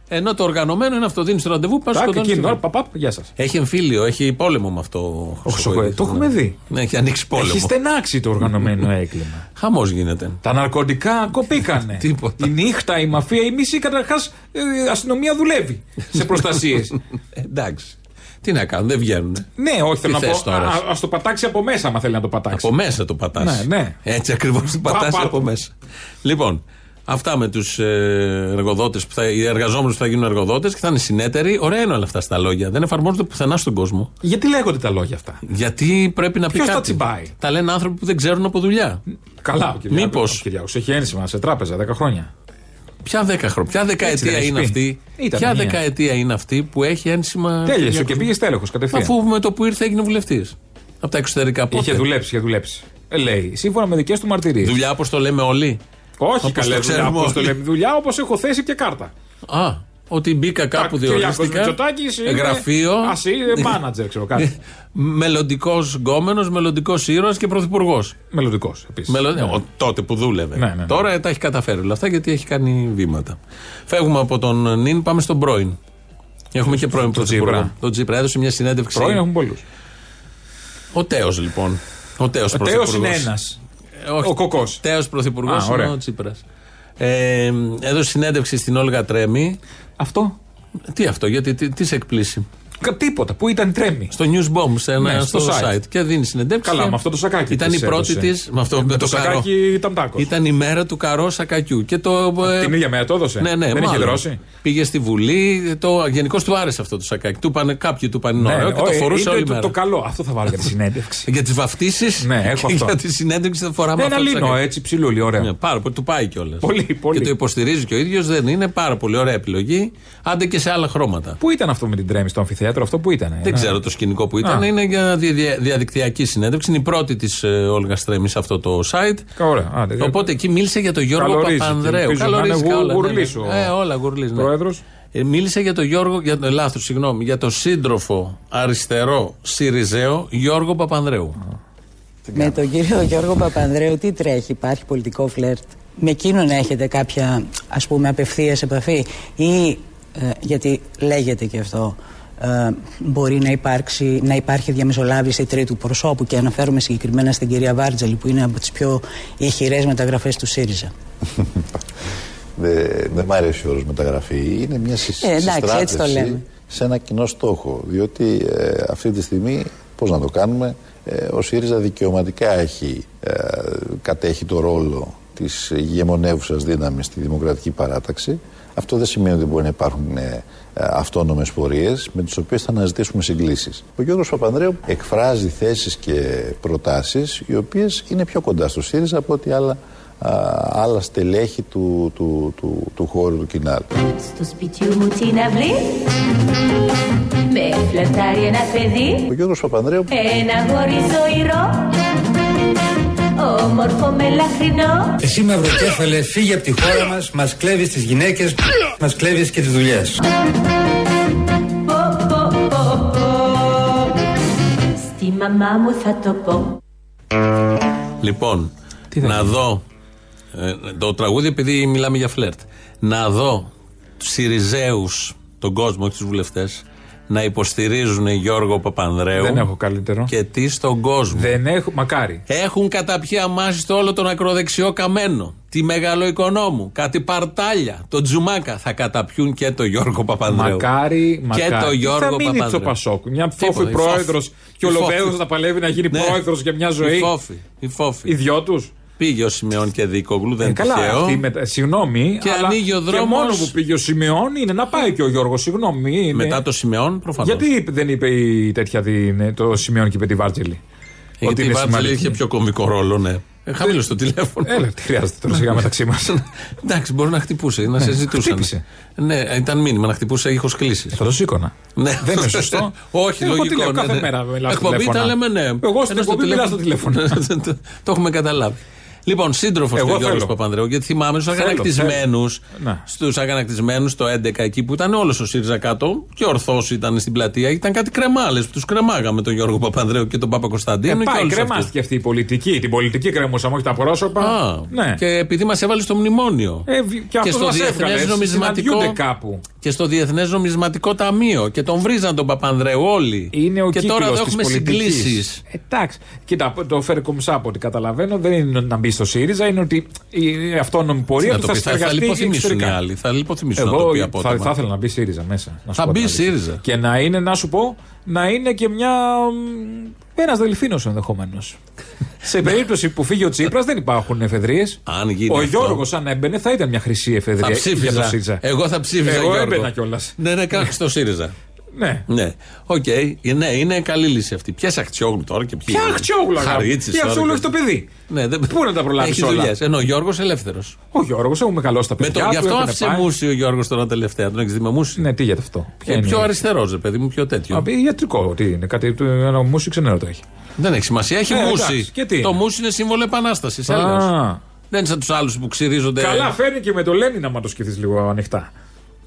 S4: Ενώ το οργανωμένο είναι αυτό. Δίνεις το ραντεβού, πας
S5: Τάκ,
S4: σκοτώνεις.
S5: εκείνη την ώρα, παπαπ, γεια σας.
S4: Έχει εμφύλιο, έχει πόλεμο με αυτό. ο Χρυσοχοίδης.
S5: το έχουμε δει.
S4: Ναι, έχει ανοίξει πόλεμο.
S5: Έχει στενάξει το οργανωμένο έγκλημα.
S4: Χαμός γίνεται.
S5: Τα ναρκωτικά κοπήκανε.
S4: Τίποτα.
S5: Η νύχτα, η μαφία, η μισή καταρχάς αστυνομία δουλεύει σε προστασίες.
S4: Ε, Εντάξει. Τι να κάνουν, δεν βγαίνουν.
S5: ναι, όχι θέλω
S4: Τι
S5: να
S4: θες
S5: πω.
S4: τώρα.
S5: Α ας το πατάξει από μέσα, άμα θέλει να το πατάξει.
S4: Από μέσα το πατάς.
S5: Ναι, ναι.
S4: Έτσι ακριβώς το πατάς
S5: Πα- πα-
S4: από μέσα. Λοιπόν, αυτά με τους ε, εργοδότες, οι εργαζόμενους που θα γίνουν εργοδότες και θα είναι συνέτεροι. Ωραία είναι όλα αυτά στα λόγια. Δεν εφαρμόζονται πουθενά στον κόσμο.
S5: Γιατί λέγονται τα λόγια αυτά.
S4: Γιατί πρέπει να πει
S5: Ποιος
S4: κάτι.
S5: τα τσιμπάει?
S4: Τα λένε άνθρωποι που δεν ξέρουν από δουλειά.
S5: Καλά, ο Κυριάκος-
S4: Μήπως.
S5: ο Κυριάκος έχει ένσημα σε τράπεζα 10 χρόνια.
S4: Ποια, δέκα χρο... Ποια
S5: τα
S4: δεκαετία
S5: έχεις
S4: είναι
S5: πει.
S4: αυτή.
S5: Ήταν
S4: Ποια
S5: μια.
S4: δεκαετία είναι αυτή που έχει ένσημα.
S5: Τέλειωσε και πήγε τέλεχο κατευθείαν.
S4: Αφού με το που ήρθε έγινε βουλευτής. Από τα εξωτερικά πότε.
S5: Είχε δουλέψει, είχε δουλέψει. Ε, λέει, σύμφωνα με δικές του μαρτυρίες.
S4: Δουλειά όπως το λέμε όλοι.
S5: Όχι,
S4: Όπως
S5: καλέ
S4: το
S5: δουλειά.
S4: ξέρουμε
S5: Όπω το
S4: όλοι.
S5: λέμε, δουλειά όπως έχω θέσει και κάρτα.
S4: Α, ότι μπήκα κάπου διορίστηκα. Γραφείο. Ναι.
S5: Ας είναι μάνατζερ, ξέρω κάτι.
S4: Μελλοντικός γκόμενος, μελλοντικός ήρωας και πρωθυπουργός.
S5: Μελλοντικός επίσης.
S4: Ναι, Τότε που δούλευε.
S5: Ναι, ναι, ναι.
S4: Τώρα ε, τα έχει καταφέρει όλα αυτά γιατί έχει κάνει βήματα. Φεύγουμε από τον νυν, πάμε στον πρώην. Έχουμε και πρώην πρωθυπουργό.
S5: Τζίπρα.
S4: Το Τζίπρα έδωσε μια συνέντευξη.
S5: Πρώην έχουν πολλούς.
S4: Ο Τέος λοιπόν. Ο Ε, Τέος
S5: Ο Τέος
S4: πρωθυπουργό.
S5: είναι ένα. Ο Κοκός.
S4: Τέος πρωθυπουργός
S5: Α, ωραία.
S4: είναι ο Τσίπρας. Ε, έδωσε συνέντευξη στην Όλγα Τρέμι.
S5: Αυτό.
S4: Τι αυτό, γιατί τι, τι σε εκπλήσει.
S5: Κα- Τίποτα. Πού ήταν τρέμι.
S4: Στο News Bomb, σε ένα,
S5: Ναι,
S4: στο,
S5: στο
S4: site.
S5: site.
S4: Και δίνει συνεντεύξεις.
S5: Καλά,
S4: και
S5: με αυτό το σακάκι
S4: Ήταν η
S5: της
S4: πρώτη
S5: έδωσε. Ε,
S4: της. Με αυτό με, το, καρό.
S5: σακάκι ήταν τάκος.
S4: Ήταν η μέρα του καρό σακακιού. Και το, ε,
S5: Την ίδια μέρα το έδωσε.
S4: Ναι, ναι,
S5: Δεν
S4: μάλλον.
S5: είχε δρώσει.
S4: Πήγε στη Βουλή. Το, γενικώς του άρεσε αυτό το σακάκι. Του πάνε, κάποιοι του πάνε ωραίο και το
S5: Ναι, όχι,
S4: φορούσε
S5: είτε
S4: όλη
S5: το,
S4: μέρα.
S5: το καλό. Αυτό θα βάλω για τη συνέντευξη.
S4: Για τις βαφτίσεις
S5: Ναι, έχω
S4: και
S5: αυτό.
S4: για τη συνέντευξη θα φοράμε
S5: Ναι, Ένα
S4: αυτό. το
S5: λίνο
S4: σακάκι.
S5: έτσι ψηλούλι, ωραία.
S4: Ναι, πάρα πολύ, του πάει κιόλας.
S5: Πολύ, πολύ.
S4: Και το υποστηρίζει και ο ίδιος, δεν είναι πάρα πολύ ωραία επιλογή. Άντε και σε άλλα χρώματα.
S5: Πού ήταν αυτό με την τρέμη στο αμφιθέατρο, αυτό που ήταν.
S4: Δεν ξέρω το σκηνικό που ήταν.
S5: ναι. Α.
S4: Είναι για δια- διαδικτυακή συνέντευξη. Είναι η πρώτη της Όλγα Τρέμι σε αυτό το site.
S5: Ωραία, άντε, δεν-
S4: Οπότε εκεί μίλησε για τον Γιώργο
S5: Ε, Καλορίζει,
S4: Παπανδρέου.
S5: ελπίζω να είναι γου-
S4: καλά, ναι, ναι.
S5: γουρλής ο
S4: Ε, όλα γουρλής, ναι.
S5: πρόεδρος.
S4: Ε, μίλησε για τον Γιώργο, για τον λάθος, συγγνώμη, για τον σύντροφο αριστερό Σιριζέο Γιώργο Παπανδρέου.
S7: Με τον κύριο Γιώργο Παπανδρέου τι τρέχει, υπάρχει πολιτικό φλερτ. Με εκείνον έχετε κάποια ας πούμε απευθείας επαφή ή ε, γιατί λέγεται και αυτό ε, μπορεί να, υπάρξει, να υπάρχει διαμεσολάβηση τρίτου προσώπου και αναφέρομαι συγκεκριμένα στην κυρία Βάρτζελη που είναι από τις πιο ηχηρές μεταγραφές του ΣΥΡΙΖΑ.
S11: Δεν δε μ' αρέσει ο όρος μεταγραφή. Είναι μια συ,
S7: Ε, εντάξει,
S11: συστράτευση
S7: έτσι το λέμε.
S11: σε ένα κοινό στόχο. Διότι ε, αυτή τη στιγμή, πώς να το κάνουμε, ε, ο ΣΥΡΙΖΑ δικαιωματικά έχει, ε, κατέχει το ρόλο της ηγεμονεύουσας δύναμης στη Δημοκρατική Παράταξη. Αυτό δεν σημαίνει ότι μπορεί να υπάρχουν ε, ε, αυτόνομες πορείες με τις οποίες θα αναζητήσουμε συγκλήσεις. Ο Γιώργος Παπανδρέου εκφράζει θέσεις και προτάσεις οι οποίες είναι πιο κοντά στο ΣΥΡΙΖΑ από ό,τι άλλα α, άλλα στελέχη του, του, του, του χώρου του κοινάλ.
S12: Στο σπιτιού μου την αυλή Με φλερτάρει ένα παιδί
S11: Ο Γιώργος Παπανδρέου
S12: Ένα γόρι ζωηρό Όμορφο με λαχρινό
S13: Εσύ μαυροκέφαλε φύγε από τη χώρα μας, μας κλέβεις τις γυναίκες, μας κλέβεις και τις δουλειές.
S12: Πω, πω, πω, πω. Στη μαμά μου θα το πω
S4: Λοιπόν, να δω. ε, το τραγούδι, επειδή μιλάμε για φλερτ. Να δω τους Σιριζέους, τον κόσμο, όχι τους βουλευτές, να υποστηρίζουν Γιώργο Παπανδρέου
S5: Δεν έχω καλύτερο.
S4: και τι στον κόσμο.
S5: Δεν έχω, μακάρι.
S4: Έχουν καταπιεί αμάχιστο όλο τον ακροδεξιό καμένο. Τη μεγάλο οικονόμου, κάτι παρτάλια, τον Τζουμάκα. Θα καταπιούν και το Γιώργο Παπανδρέου.
S5: Μακάρι, μακάρι.
S4: Και το
S5: Τι
S4: Γιώργο
S5: θα μείνει στο
S4: Παπανδρέου.
S5: Πασόκ. Μια φόφη
S4: Τίποτα, η
S5: πρόεδρο
S4: φόφη.
S5: και ο
S4: Η φόφη.
S5: Λοβέο θα παλεύει να γίνει
S4: Ναι.
S5: πρόεδρος για μια ζωή.
S4: Η φόφη. Η φόφη.
S5: Οι δυο τους.
S4: Πήγε ο Σιμεών και Δίκογλου, δεν
S5: Ε, καλά,
S4: τυχαίο.
S5: αυτή η μετα... συγγνώμη.
S4: Και
S5: αλλά
S4: ανοίγει ο δρόμος.
S5: Και μόνο που πήγε ο Σιμεών είναι να πάει και ο Γιώργος, συγγνώμη. είναι-
S4: Μετά το Σιμεών, προφανώς.
S5: Γιατί δεν είπε η τέτοια δι- ναι, το Σιμεών και είπε τη Βάρτζελη.
S4: Ε, Γιατί η
S5: είναι
S4: Βάρτζελη
S5: σημαντική. Ε.
S4: είχε πιο κομικό ρόλο, ναι. Ε, Χαμήλωσε το τηλέφωνο.
S5: Έλα, τι χρειάζεται τώρα σιγά μεταξύ μας.
S4: Εντάξει, μπορεί να χτυπούσε, να σε συζητούσαν.
S5: χτύπησε.
S4: Ναι, ήταν μήνυμα να χτυπούσε ήχος κλήση.
S5: Θα το σήκωνα.
S4: Ναι.
S5: Δεν είναι σωστό.
S4: Όχι,
S5: Εγώ τι
S4: λογικό.
S5: λέω,
S4: ναι,
S5: κάθε
S4: ναι.
S5: μέρα μιλάω στο
S4: Εκπομπή
S5: τηλέφωνα.
S4: τα λέμε, ναι.
S5: Εγώ στην
S4: Ένας
S5: εκπομπή μιλάω στο τηλέφωνο.
S4: Ναι, το- Το έχουμε καταλάβει. Λοιπόν, σύντροφος
S5: Εγώ
S4: του Γιώργου
S5: θέλω.
S4: Παπανδρέου, γιατί θυμάμαι στου
S5: Θέλω,
S4: αγανακτισμένου,
S5: θέλω. Ναι.
S4: στους αγανακτισμένους το 11 εκεί που ήταν όλος ο ΣΥΡΙΖΑ κάτω και ορθώς ήταν στην πλατεία, ήταν κάτι κρεμάλες που τους κρεμάγαμε τον Γιώργο Παπανδρέου και τον Πάπα
S5: Ε,
S4: Κωνσταντίνο. και
S5: πάει,
S4: όλους
S5: κρεμάστηκε αυτή η πολιτική. Την πολιτική κρεμούσαμε, όχι τα πρόσωπα.
S4: Α,
S5: ναι.
S4: Και επειδή μας έβαλε στο μνημόνιο.
S5: Ε, βι- και,
S4: και
S5: αυτός
S4: στο
S5: μας
S4: Διεθνές
S5: έβγαλε,
S4: Νομισματικό.
S5: συναντιούνται κάπου.
S4: και στο Διεθνές Νομισματικό Ταμείο. Και τον βρίζαν τον Παπανδρέου όλοι.
S5: Είναι ο
S4: και τώρα
S5: κύκλος
S4: εδώ
S5: της
S4: έχουμε
S5: πολιτικής.
S4: συγκλήσεις.
S5: Εντάξει. Κοίτα, το Φερκομψά από ό,τι καταλαβαίνω δεν είναι να μπει στο ΣΥΡΙΖΑ, είναι ότι η αυτόνομη πορεία
S4: Να το
S5: του θα
S4: πεις, θα, θα
S5: συνεργαστεί
S4: λιποθυμήσουν οι
S5: εξωτερικά.
S4: άλλοι. Θα λιποθυμήσουν να το
S5: Εγώ
S4: πει
S5: θα,
S4: απότομα.
S5: θα ήθελα να μπει ΣΥΡΙΖΑ μέσα. να σου
S4: Θα
S5: πω την
S4: μπει
S5: αλήθεια.
S4: ΣΥΡΙΖΑ.
S5: Και να είναι, να σου πω, να είναι και μια. ένας δελφίνος ενδεχομένως. Σε περίπτωση που φύγει ο Τσίπρας δεν υπάρχουν εφεδρείες.
S4: Ναι. Αν γίνει
S5: Ο
S4: αυτό.
S5: Γιώργος, αν έμπαινε, θα ήταν μια χρυσή εφεδρεία.
S4: Θα
S5: ε, για το
S4: ψήφιζα.
S5: ΣΥΡΙΖΑ.
S4: Εγώ θα ψήφιζα.
S5: Εγώ
S4: Γιώργο.
S5: έμπαινα κιόλας.
S4: Ναι, ναι, κα- στο ΣΥΡΙΖΑ.
S5: Ναι.
S4: Ναι. Οκ. Ναι, είναι καλή λύση αυτή. Ποιε Αχτσιόγλου τώρα και ποιοι.
S5: Ποια Αχτσιόγλου, αγάπη.
S4: Χαρίτση.
S5: Η Αχτσιόγλου έχει το παιδί.
S4: Ναι, δεν...
S5: Πού να τα προλάβεις
S4: Έχει
S5: όλα.
S4: δουλειές. Ενώ ο Γιώργος ελεύθερος.
S5: Ο Γιώργος, έχουμε μεγαλώσει τα
S4: Με
S5: παιδιά.
S4: το, γι'
S5: του,
S4: αυτό
S5: έχουνε
S4: άφησε
S5: πάει.
S4: μουσι ο Γιώργος τώρα τελευταία. Τον έχεις δει με μουσι.
S5: Ναι, τι για αυτό.
S4: Ε, πιο αριστερός, ρε παιδί μου, πιο τέτοιο.
S5: Α, πει Ιατρικό, ότι είναι κάτι του ένα μουσι ξενέρο το έχει.
S4: Δεν έχει σημασία. Έχει
S5: Ε,
S4: μουσι.
S5: εντάξει, και τι
S4: Το
S5: είναι.
S4: μουσι είναι σύμβολο επανάστασης.
S5: Α.
S4: Δεν είναι σαν τους άλλους που ξυρίζονται.
S5: Καλά, φέρνει και με το Λένιν, άμα το σκεφτείς λίγο ανοιχτά.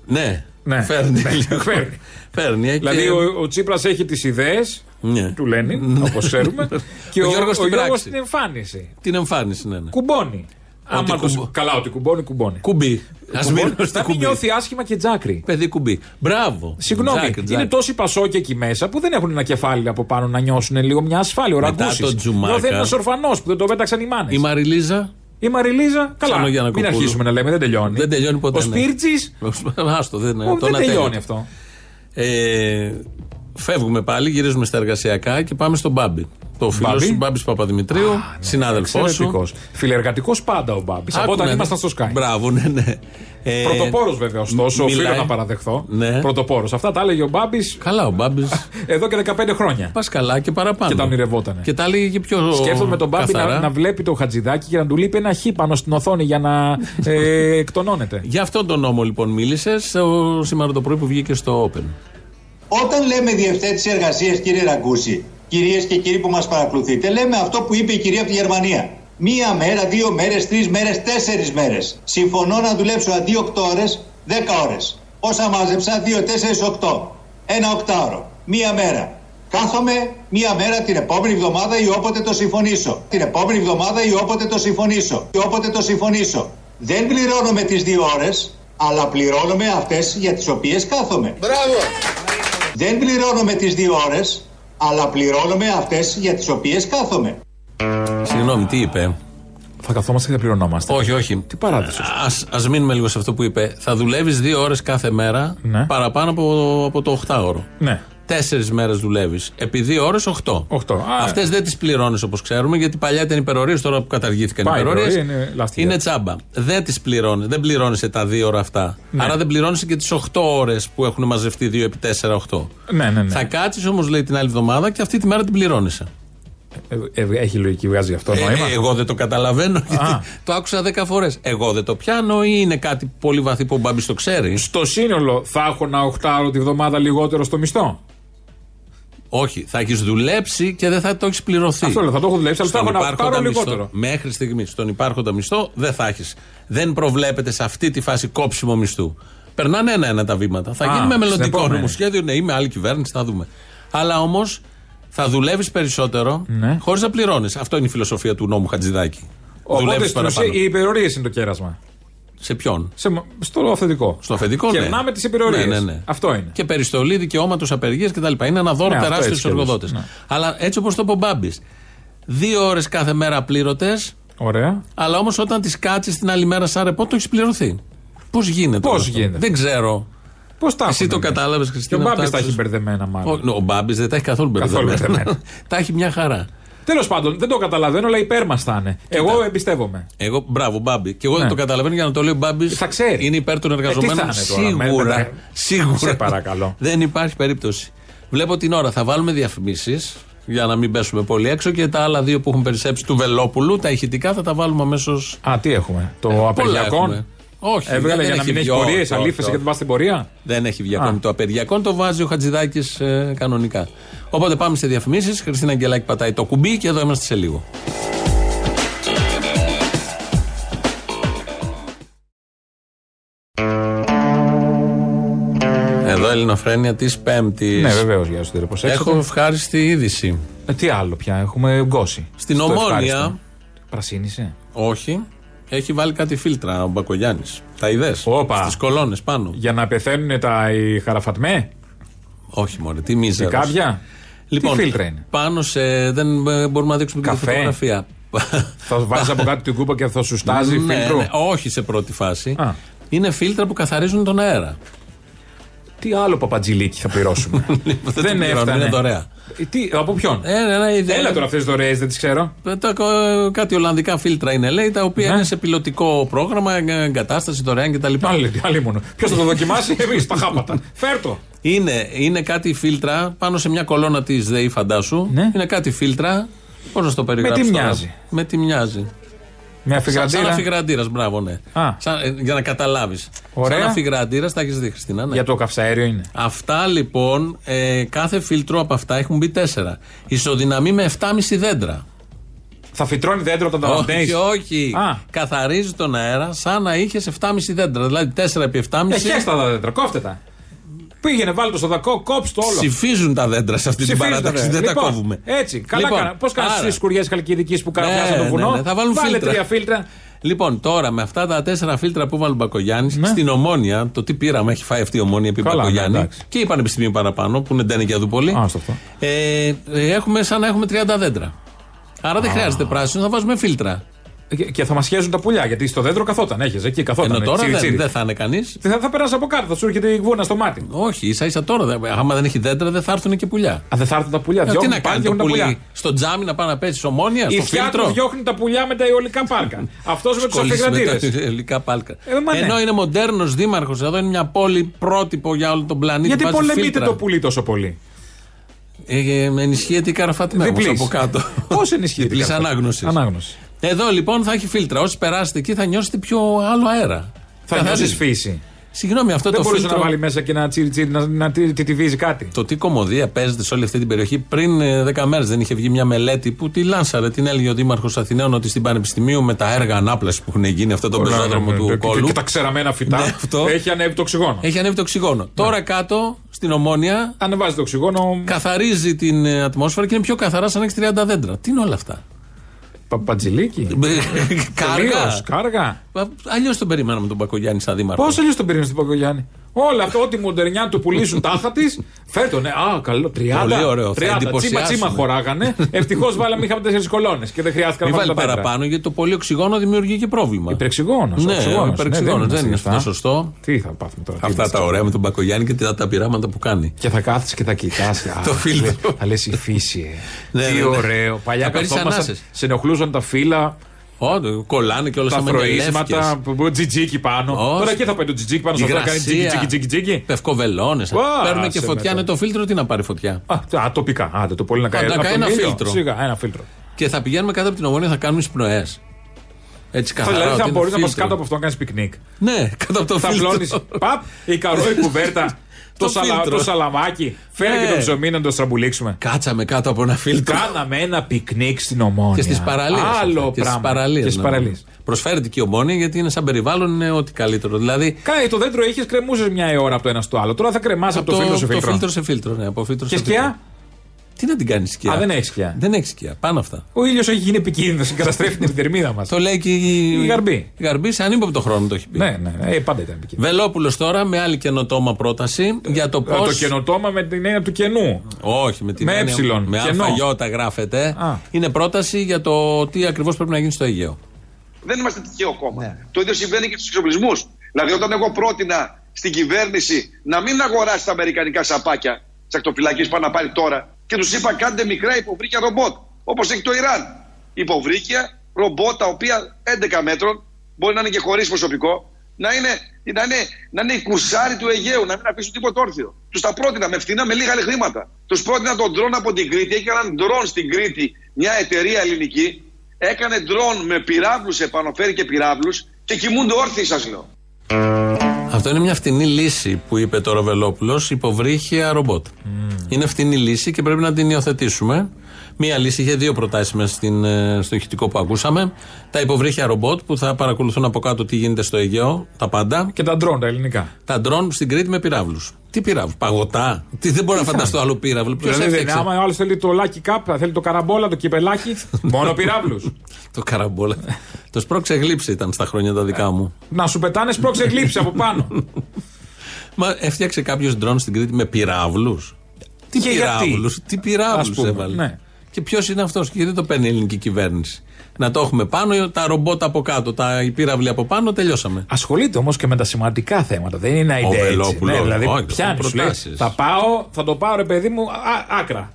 S4: Ναι.
S5: Ναι.
S4: Φέρνει.
S5: Ναι,
S4: λίγο.
S5: φέρνει.
S4: Φέρνει. ε,
S5: Δηλαδή,
S4: και-
S5: ο, ο Τσίπρας έχει τις ιδέες
S4: Ναι.
S5: του Λένιν, όπως ξέρουμε, και ο, ο
S4: Γιώργος
S5: Γιώργος
S4: στην πράξη.
S5: την εμφάνιση.
S4: Την εμφάνιση, ναι. ναι.
S5: Κουμπώνει.
S4: Ότι
S5: Άμα το-
S4: κουμπ-
S5: Καλά, ότι κουμπώνει, κουμπώνει.
S4: Κουμπί. Ας
S5: Κουμπώνει.
S4: μείνουμε στο
S5: Να μην
S4: κουμπί.
S5: νιώθει άσχημα και τζάκρι.
S4: Παιδί κουμπί. Μπράβο.
S5: Συγγνώμη,
S4: Τζακ, τζακ.
S5: είναι τόσοι πασόκοι εκεί μέσα που δεν έχουν ένα κεφάλι από πάνω να νιώσουν λίγο μια ασφάλεια. Ο
S4: Μετά
S5: Ραγκούσης.
S4: τον Τζουμάκα.
S5: Εδώ δεν είναι ορφανός που δεν το πέταξαν οι μάνες.
S4: Η Μαριλίζα.
S5: Η Μαριλίζα, καλά.
S4: Σαν ο Γιάννα
S5: Μην
S4: Κοπούλου.
S5: αρχίσουμε να λέμε, δεν τελειώνει.
S4: Δεν τελειώνει ποτέ.
S5: Ο
S4: ναι.
S5: Σπίρτζη.
S4: Ο Σπ- Άστο, δεν,
S5: Ω,
S4: τον
S5: δεν
S4: ατέλειωτο.
S5: τελειώνει αυτό.
S4: Ε, φεύγουμε πάλι, γυρίζουμε στα εργασιακά και πάμε στον Μπάμπη. Το φίλος
S5: Μπάμπη. ναι,
S4: σου, Μπάμπης Παπαδημητρίου, συνάδελφός σου.
S5: Εξαιρετικός. Φιλεργατικός πάντα ο Μπάμπης. Από
S4: Άκου
S5: όταν
S4: να
S5: ήμασταν
S4: δεις.
S5: στο Sky.
S4: Μπράβο, ναι, ναι. Ε,
S5: Πρωτοπόρος βέβαια, ωστόσο, οφείλω
S4: μιλάει.
S5: να παραδεχθώ.
S4: Ναι.
S5: Πρωτοπόρος. Αυτά τα έλεγε ο Μπάμπης
S4: Καλά, ο Μπάμπης.
S5: εδώ και 15 χρόνια.
S4: Πας καλά και παραπάνω.
S5: Και τα ονειρευότανε.
S4: Και τα έλεγε και πιο.
S5: Σκέφτομαι τον Μπάμπη
S4: καθαρά.
S5: να, να βλέπει το Χατζηδάκι και να του λείπει ένα χ πάνω στην οθόνη για να ε, εκτονώνεται.
S4: Για αυτόν τον νόμο λοιπόν μίλησες σήμερα το πρωί που βγήκε στο Open.
S14: Όταν λέμε διευθέτηση εργασίας, κύριε Ραγκούση, κυρίες και κύριοι που μας παρακολουθείτε, λέμε αυτό που είπε η κυρία από τη Γερμανία. Μία μέρα, δύο μέρες, τρεις μέρες, τέσσερις μέρες. Συμφωνώ να δουλέψω αντί 8 ώρε, 10 ώρες. Όσα μάζεψα, 2, 4, 8. Ένα οκτάωρο. Μία μέρα. Κάθομαι μία μέρα την επόμενη εβδομάδα ή όποτε το συμφωνήσω. Την επόμενη εβδομάδα ή όποτε το συμφωνήσω. Ή όποτε το συμφωνήσω. Δεν πληρώνομαι τις δύο ώρες, αλλά πληρώνομαι αυτές για τις οποίες κάθομαι. Δεν πληρώνομαι τις δύο ώρες, αλλά πληρώνομαι αυτές για τις οποίες κάθομαι.
S4: Συγγνώμη, τι είπε.
S5: Θα καθόμαστε και θα πληρωνόμαστε.
S4: Όχι, όχι.
S5: Τι παράδεισο.
S4: Ας, ας μείνουμε λίγο σε αυτό που είπε. Θα δουλεύεις δύο ώρες κάθε μέρα
S5: Ναι.
S4: παραπάνω από, από το 8ωρο.
S5: Ναι.
S4: Τέσσερις μέρες δουλεύεις. Επί δύο ώρες, οχτώ.
S5: Α,
S4: Αυτές δεν τις πληρώνεις όπως ξέρουμε, γιατί παλιά ήταν υπερορίες, τώρα που καταργήθηκαν οι
S5: Πάει η
S4: υπερορίες.
S5: υπερορία, είναι λάστιχα.
S4: Είναι τσάμπα. Δεν τις πληρώνεις. Δεν πληρώνεσαι τα δύο ώρα αυτά.
S5: Ναι.
S4: Άρα δεν πληρώνεσαι και τις οχτώ ώρες που έχουν μαζευτεί δύο επί τέσσερα, οχτώ.
S5: Ναι, ναι, ναι.
S4: Θα κάτσεις όμως, λέει, την άλλη εβδομάδα και αυτή τη μέρα την πληρώνεσαι.
S5: Ε, ε, έχει λογική, βγάζει αυτό νόημα.
S4: Ε, εγώ δεν το καταλαβαίνω. Γιατί το άκουσα 10 φορές. Εγώ δεν το πιάνω ή είναι κάτι πολύ βαθύ που ο Μπάμπης το ξέρει.
S5: Στο σύνολο θα έχω ένα οκτάωρο τη βδομάδα λιγότερο στο μισθό.
S4: Όχι, θα έχεις δουλέψει και δεν θα το έχεις πληρωθεί.
S5: Αυτό λέω, θα το έχω δουλέψει, αλλά θα
S4: Στον
S5: έχω ένα
S4: υπάρχοντα
S5: οκτάωρο
S4: μισθό,
S5: λιγότερο.
S4: Μέχρι στιγμή, στον υπάρχοντα μισθό δεν θα έχεις. Δεν προβλέπεται σε αυτή τη φάση κόψιμο μισθού. Περνάνε ένα-ένα τα βήματα. Θα
S5: Α,
S4: γίνει με
S5: στην
S4: μελλοντικό
S5: επόμενη.
S4: νομοσχέδιο, ναι, ή με άλλη κυβέρνηση, θα δούμε. Αλλά όμως θα δουλεύεις περισσότερο
S5: Ναι.
S4: χωρίς να πληρώνεις. Αυτό είναι η φιλοσοφία του νόμου Χατζηδάκη.
S5: Οπότε
S4: Δουλεύεις
S5: στην ουσία
S4: παραπάνω.
S5: οι υπερορίες είναι το κέρασμα.
S4: Σε ποιον.
S5: Σε, μα- στο αυθεντικό.
S4: Στο αφεντικό, ναι.
S5: Κερνάμε τις υπερορίες.
S4: Ναι, ναι, ναι.
S5: Αυτό είναι.
S4: Και περιστολή δικαιώματος απεργίας κτλ. Είναι ένα δώρο
S5: Ναι, αυτό
S4: τεράστιος
S5: έτσι
S4: στου
S5: κι αλλιώς.
S4: εργοδότε.
S5: Ναι.
S4: Αλλά έτσι όπως το είπε ο Μπάμπης. Δύο ώρες κάθε μέρα πλήρωτες,
S5: Ωραία.
S4: αλλά όμως όταν τις κάτσεις την άλλη μέρα σαν ρεπό, το έχεις πληρωθεί. Πώς γίνεται.
S5: Πώς
S4: όλο αυτό?
S5: γίνεται.
S4: Δεν ξέρω.
S5: Πώς τα
S4: Εσύ
S5: έχουν,
S4: το
S5: ναι.
S4: κατάλαβες,
S5: Και ο
S4: Χριστίνα.
S5: Μπάμπης
S4: αυτά
S5: τα έχει
S4: τους-
S5: μπερδεμένα, μάλλον.
S4: Ο, ο Μπάμπης δεν τα έχει καθόλου
S5: Καθόλου
S4: μπερδεμένα.
S5: μπερδεμένα.
S4: τα έχει μια χαρά.
S5: Τέλος πάντων, δεν το καταλαβαίνω, αλλά υπέρ μα θα είναι. Εγώ εμπιστεύομαι.
S4: Εγώ, μπράβο, Μπάμπη. Και εγώ δεν
S5: Ναι.
S4: το καταλαβαίνω για να το λέει ο Μπάμπη.
S5: Θα ξέρει.
S4: Είναι υπέρ των
S5: Ε,
S4: εργαζομένων.
S5: τι θα είναι τώρα, με-
S4: σίγουρα.
S5: με-
S4: σίγουρα.
S5: Σε παρακαλώ.
S4: Δεν υπάρχει περίπτωση. Βλέπω την ώρα. Θα βάλουμε διαφημίσεις για να μην πέσουμε πολύ έξω και τα άλλα δύο που έχουν περισσέψει του Βελόπουλου, τα ηχητικά, θα τα βάλουμε αμέσως.
S5: Α, τι έχουμε. Το απεργιακό.
S4: Ε, έχουμε. Όχι,
S5: Έβγαλε
S4: δεν
S5: για να
S4: έχει
S5: μην έχει
S4: βγει,
S5: πορείε,
S4: όχι, όχι,
S5: αλήφθησε
S4: όχι.
S5: και δεν πα στην πορεία.
S4: Δεν έχει βγει ακόμη το απεργιακό, το βάζει ο Χατζηδάκης κανονικά. Οπότε πάμε σε διαφημίσεις. Χριστίνα Αγγελάκη πατάει το κουμπί και εδώ είμαστε σε λίγο. Εδώ Ελληνοφρένια της Πέμπτης.
S5: Ναι, βεβαίως, για σου την
S4: Έχω ευχάριστη είδηση.
S5: Ε, Τι άλλο πια, έχουμε γκώσει.
S4: Στην
S5: Στο
S4: Ομόνια.
S5: ευχάριστο. Πρασίνησε.
S4: Όχι. Έχει βάλει κάτι φίλτρα ο Μπακογιάννης. Τα είδες. Στις κολόνες πάνω.
S5: Για να πεθαίνουν τα οι χαραφατμέ.
S4: Όχι μόνο, τι μίζερος.
S5: Τι κάποια?
S4: Λοιπόν,
S5: Τι φίλτρα είναι?
S4: Πάνω σε. Δεν ε, μπορούμε να δείξουμε και τη
S5: Καφέ?
S4: φωτογραφία.
S5: Θα βάζεις από κάτω την κούπα και θα σου στάζει
S4: Ναι,
S5: φίλτρο.
S4: ναι, όχι σε πρώτη φάση. Είναι φίλτρα που καθαρίζουν τον αέρα.
S5: Τι άλλο παπατζηλίκι θα πληρώσουμε.
S4: Λοιπόν, το πληρώνουμε, είναι δωρεά.
S5: Ε, Τι, από ποιον. Έλα τώρα αυτές τις δωρεές, δεν τις ξέρω.
S4: Ε, τα, ε, κάτι Ολλανδικά φίλτρα είναι, λέει, τα
S5: Ναι.
S4: οποία είναι σε πιλωτικό πρόγραμμα, ε, εγκατάσταση δωρεάν κτλ.
S5: Άλλη, άλλη μόνο. Ποιος θα το δοκιμάσει, εμείς τα χάπατα. Φέρτο.
S4: Είναι, είναι κάτι φίλτρα πάνω σε μια κολόνα της ΔΕΗ, φαντάσου. Είναι κάτι φίλτρα. Πώς να στο περιγράψω.
S5: Ναι. τι
S4: τώρα?
S5: μοιάζει?
S4: Με τι μοιάζει.
S5: Μια
S4: Σαν, σαν
S5: φιγραντήρα.
S4: αφιγραντήρας, μπράβο, ναι. Σαν, ε, για να καταλάβεις.
S5: Ωραία.
S4: Σαν αφιγραντήρα, τα έχεις δει, Χριστίνα. Ναι.
S5: Για το καυσαέριο είναι.
S4: Αυτά λοιπόν, ε, κάθε φίλτρο από αυτά έχουν μπει τέσσερα. Ισοδυναμεί με 7,5 δέντρα.
S5: Θα φυτρώνει δέντρο όταν τα
S4: Όχι,
S5: αναπνέεις.
S4: όχι.
S5: Α.
S4: Καθαρίζει τον αέρα σαν να είχες 7,5 δέντρα. Δηλαδή 4 επί 7,5.
S5: Ε, χέστε τα δέντρα, κόφτε τα. Πήγαινε, βάλτε το στο δακό, κόψτε όλο.
S4: Ψηφίζουν τα δέντρα σε αυτή την
S5: Ψηφίζετε,
S4: παράταξη.
S5: βέβαια.
S4: Δεν τα
S5: Λοιπόν,
S4: κόβουμε.
S5: Έτσι, καλά
S4: Λοιπόν,
S5: λοιπόν, Πώ κάνει
S4: άρα.
S5: τι σκουριέ χαλκιδικής που κάνουν
S4: Ναι,
S5: ναι, το βουνό.
S4: ναι, ναι, θα βάλουν
S5: Βάλε
S4: φίλτρα.
S5: τρία φίλτρα.
S4: Λοιπόν, τώρα με αυτά τα τέσσερα φίλτρα που βάλει ο Μπακογιάννη, στην ομόνια, το τι πήραμε, έχει φάει αυτή η ομόνια επί
S5: Ναι. Καλά,
S4: Μπακογιάννη
S5: ναι, εντάξει.
S4: και η Πανεπιστημίου παραπάνω, που είναι Ντένικια πολύ. Ε, ε, έχουμε σαν να έχουμε 30 δέντρα. Άρα δεν χρειάζεται πράσινο, θα βάζουμε φίλτρα.
S5: Και, και θα μας χέζουν τα πουλιά γιατί στο δέντρο καθόταν. Έχεις εκεί, καθόταν.
S4: Ενώ
S5: έτσι,
S4: τώρα
S5: τσίρι,
S4: δεν
S5: τσίρι.
S4: δεν θα είναι κανείς.
S5: Τι Θα, θα περάσει από κάτω, θα σου έρχεται η γούνα στο μάτι.
S4: Όχι, ίσα ίσα τώρα. δεν- Άμα δεν έχει δέντρα, δεν θα έρθουν και πουλιά.
S5: Α, δεν θα έρθουν τα πουλιά.
S4: Ε, τι
S5: διώχνουν
S4: να
S5: πάλι,
S4: κάνει το
S5: διώχνουν τα
S4: πουλί,
S5: πουλιά.
S4: στον τζάμι να πάει να πέσει ομόνια,
S5: Η
S4: στο
S5: θιά
S4: φίλτρο.
S5: του διώχνει τα πουλιά με τα αιωλικά πάρκα. Αυτός με τους
S4: Κολλήσει με
S5: αφιγραντήρε.
S4: τα ελληνικά πάλκα.
S5: Ε, μα ναι.
S4: Ενώ είναι μοντέρνος δήμαρχος, εδώ είναι μια πόλη πρότυπο για όλο τον πλανήτη.
S5: Γιατί
S4: βάζει
S5: πολεμείτε
S4: φίλτρα.
S5: το πουλί τόσο πολύ.
S4: Ε, ε, ενισχύεται η καραφατιμένη
S5: Διπλής.
S4: Ναι, από κάτω.
S5: Πώς ενισχύεται.
S4: Διπλής
S5: κάθε φορά.
S4: ανάγνωσης.
S5: Ανάγνωσης.
S4: Εδώ λοιπόν θα έχει φίλτρα. Όσοι περάσετε εκεί θα νιώσετε πιο άλλο αέρα.
S5: Θα
S4: Καθαρίζει.
S5: νιώσει φύση.
S4: Συγγνώμη, αυτό
S5: Δεν
S4: το
S5: μπορούσε
S4: φίλτρο.
S5: να βάλει μέσα και να τσίρι τσίρι να, να τι- τι- τι βίζει κάτι.
S4: Το τι κομμωδία παίζεται σε όλη αυτή την περιοχή. Πριν ε, 10 μέρες δεν είχε βγει μια μελέτη που τη λάνσαρε. Την έλεγε ο Δήμαρχος Αθηναίων ότι στην Πανεπιστημίου με τα έργα ανάπλαση που έχουν γίνει αυτό τον
S5: Όλα,
S4: πεζόδρομο
S5: ναι, ναι,
S4: του
S5: και-
S4: κόλου.
S5: Και τα ξεραμένα φυτά.
S4: Ναι, αυτό.
S5: Έχει ανέβει το οξυγόνο.
S4: Έχει ανέβει το οξυγόνο.
S5: Ναι.
S4: Τώρα κάτω στην Ομόνια.
S5: Ανεβάζει το οξυγόνο.
S4: Καθαρίζει την ε, ατμόσφαιρα και είναι πιο καθαρά σαν να έχεις 30 δέντρα. Τι είναι όλα αυτά.
S5: Παπατζηλίκι.
S4: Κάργα.
S5: Τελείως, Κάργα.
S4: Αλλιώς τον περιμέναμε τον Πακογιάννη σαν δήμαρχο.
S5: Πώς αλλιώς τον πήρε στην Παγκογιάννη. Όλα αυτό, ό,τι μοντερνιά του πουλήσουν τάχα τη, φέρτο, ναι, α, καλό, 30.
S4: Πολύ ωραίο, θα
S5: 30 τσίμα
S4: εντυπωσιάσουμε.
S5: τσίμα χωράγανε. Ευτυχώς βάλαμε, είχαμε τέσσερις κολόνες και δεν χρειάστηκαν
S4: Μην
S5: να
S4: βάλει
S5: βάλουμε τα δέντρα.
S4: παραπάνω γιατί το πολύ οξυγόνο δημιουργεί και πρόβλημα.
S5: Ε, Υπερεξυγόνος,
S4: Ναι,
S5: οξυγόνος,
S4: ο υπερεξυγόνος,
S5: ναι, δεν
S4: δεν είναι
S5: είναι
S4: αυτό
S5: αυτά.
S4: σωστό.
S5: Τι θα πάθουμε τώρα. τι
S4: Αυτά
S5: μας
S4: τα ωραία με τον Πακογιάννη και τα, τα πειράματα που κάνει.
S5: Και θα κάθεσαι και θα κοιτάς.
S4: Το φίλτρο.
S5: Θα λες η φύση. ε.
S4: Ναι, ναι,
S5: Τι
S4: ναι.
S5: ωραίο. Παλιά
S4: Θα παίρνεις
S5: καθόμασταν.
S4: ανάσες.
S5: Σε ενοχλούσαν τα φύλλα.
S4: Όντως, κολλάνε και όλα
S5: Τα
S4: σαν
S5: θροίσματα. που- Τζιτζίκι πάνω.
S4: Όχι.
S5: Τώρα εκεί θα πάει το τζιτζίκι πάνω
S4: Η
S5: στο αυτό. να Κάνει
S4: γρασία.
S5: τζιτζίκι, τζιτζίκι, τζιτζίκι.
S4: Πευκοβελώνες.
S5: Ω,
S4: Παίρνουν και
S5: άσε με
S4: φωτιά.
S5: τώρα.
S4: Είναι το φίλτρο, τι να πάρει φωτιά.
S5: Α, α, τοπικά. Άντε το πολύ να
S4: Α,
S5: κάνει.
S4: να
S5: από
S4: κάνει
S5: τον
S4: ένα
S5: ήλιο.
S4: φίλτρο.
S5: Σιγά, ένα φίλτρο.
S4: Και θα πηγαίνουμε κάτω από την ομονία, θα κάνουμε εισπνοέ. Έτσι
S5: Θα,
S4: καθαρά.
S5: δηλαδή
S4: ότι
S5: θα
S4: είναι
S5: μπορείς να πας
S4: φίλτρο.
S5: κάτω από αυτό να κάνεις πικνίκ.
S4: Ναι, κάτω από το
S5: θα
S4: φίλτρο.
S5: πλώνει. Παπ, η καρό, η κουβέρτα.
S4: Το
S5: το, σαλα,
S4: φίλτρο.
S5: το σαλαμάκι. Φέρε
S4: Ναι.
S5: και το ψωμί να το στραμπουλίξουμε.
S4: Κάτσαμε κάτω από ένα φίλτρο.
S5: Κάναμε ένα πικνίκ στην ομόνια.
S4: Και στις παραλίες.
S5: Άλλο
S4: και ναι. στις
S5: πράγμα.
S4: παραλίες.
S5: Και στις παραλίες.
S4: Προσφέρεται και η ομόνια γιατί είναι σαν περιβάλλον, είναι ό,τι καλύτερο. Δηλαδή.
S5: Κάει το δέντρο, είχε κρεμούσες μια ώρα από το ένα στο άλλο. Τώρα θα κρεμάς από, το, φίλτρο σε
S4: από
S5: φίλτρο.
S4: σε φίλτρο, ναι, από φίλτρο
S5: Και
S4: σε φίλτρο.
S5: σκιά.
S4: Τι να την κάνεις σκιά.
S5: Α, δεν έχεις σκιά.
S4: Δεν έχεις σκιά. Πάνω αυτά.
S5: Ο ήλιος έχει γίνει επικίνδυνος, καταστρέφει την επιδερμίδα μας.
S4: Το λέει και η,
S5: Η Γαρμπή.
S4: η Γαρμπή σε ανύποπτο χρόνο το έχει πει.
S5: Ναι, ναι, ναι. Ε, πάντα ήταν επικίνδυνο.
S4: Βελόπουλος τώρα με άλλη καινοτόμα πρόταση για το πώ.
S5: Ε, Το καινοτόμα με την έννοια του κενού.
S4: Όχι, με την
S5: Με ε
S4: έννοια-
S5: έψιλον,
S4: Με
S5: κενό.
S4: αλφαγιώτα γράφεται. Είναι πρόταση για το τι ακριβώς πρέπει να γίνει στο Αιγαίο.
S15: Δεν είμαστε τυχαίο κόμμα. Το ίδιο συμβαίνει και στους εξοπλισμούς. Δηλαδή, όταν εγώ πρότεινα στην κυβέρνηση να μην αγοράσει τα αμερικανικά σαπάκια τη ακτοφυλακή που πάει να πάρει τώρα και τους είπα κάντε μικρά υποβρύχια ρομπότ. Όπως έχει το Ιράν. Υποβρύχια, ρομπότ τα οποία 11 μέτρων μπορεί να είναι και χωρίς προσωπικό. Να είναι, να, είναι, να είναι οι κουσάρι του Αιγαίου, να μην αφήσουν τίποτα όρθιο. Τους τα πρότεινα με φθηνά, με λίγα χρήματα. Τους πρότεινα τον drone από την Κρήτη. Έχει έναν drone στην Κρήτη μια εταιρεία ελληνική έκανε ντρόν με πυράβλους επάνω, φέρει και πυράβλους και κοιμούνται όρθιοι, σας λέω.
S4: Αυτό είναι μια φτηνή λύση που είπε τώρα ο Βελόπουλο, υποβρύχια ρομπότ. Είναι φτηνή λύση και πρέπει να την υιοθετήσουμε. Μία λύση είχε δύο προτάσεις μέσα στην, ε, στο ηχητικό που ακούσαμε. Τα υποβρύχια ρομπότ που θα παρακολουθούν από κάτω τι γίνεται στο Αιγαίο, τα πάντα.
S5: Και τα ντρόν, τα ελληνικά.
S4: Τα ντρόν στην Κρήτη με πυράβλους. Τι πυράβλους, παγωτά. Τι δεν μπορώ να φανταστώ άλλο πύραυλο. Ποιος
S5: Δηλαδή,
S4: έφτιαξε.
S5: άμα ο άλλος θέλει το λάκι κάπα, θέλει το καραμπόλα, το κυπελάκι. μόνο πυράβλους.
S4: Το καραμπόλα. το σπρώξε γλύψη ήταν στα χρόνια τα δικά μου.
S5: Να σου πετάνε σπρώξε γλύψη από πάνω.
S4: Μα έφτιαξε κάποιος ντρόν στην Κρήτη με πυράβλους. Τι
S5: Και γιατί?
S4: πυράβλους, τι
S5: Ας
S4: πυράβλου
S5: πούμε,
S4: έβαλε.
S5: ναι.
S4: Και ποιος είναι αυτός, και γιατί το παίρνει η ελληνική κυβέρνηση. Να το έχουμε πάνω, ή τα ρομπότ από κάτω, τα οι πύραυλοι από πάνω, τελειώσαμε.
S5: Ασχολείται όμως και με τα σημαντικά θέματα. Δεν είναι
S4: Ο
S5: idea. έτσι.
S4: Βελόπουλος,
S5: Ναι,
S4: όχι,
S5: δηλαδή,
S4: έχουν
S5: πιάνει, σου λέει,
S4: προτάσεις.
S5: Θα πάω, θα το πάω, ρε παιδί μου, α- άκρα.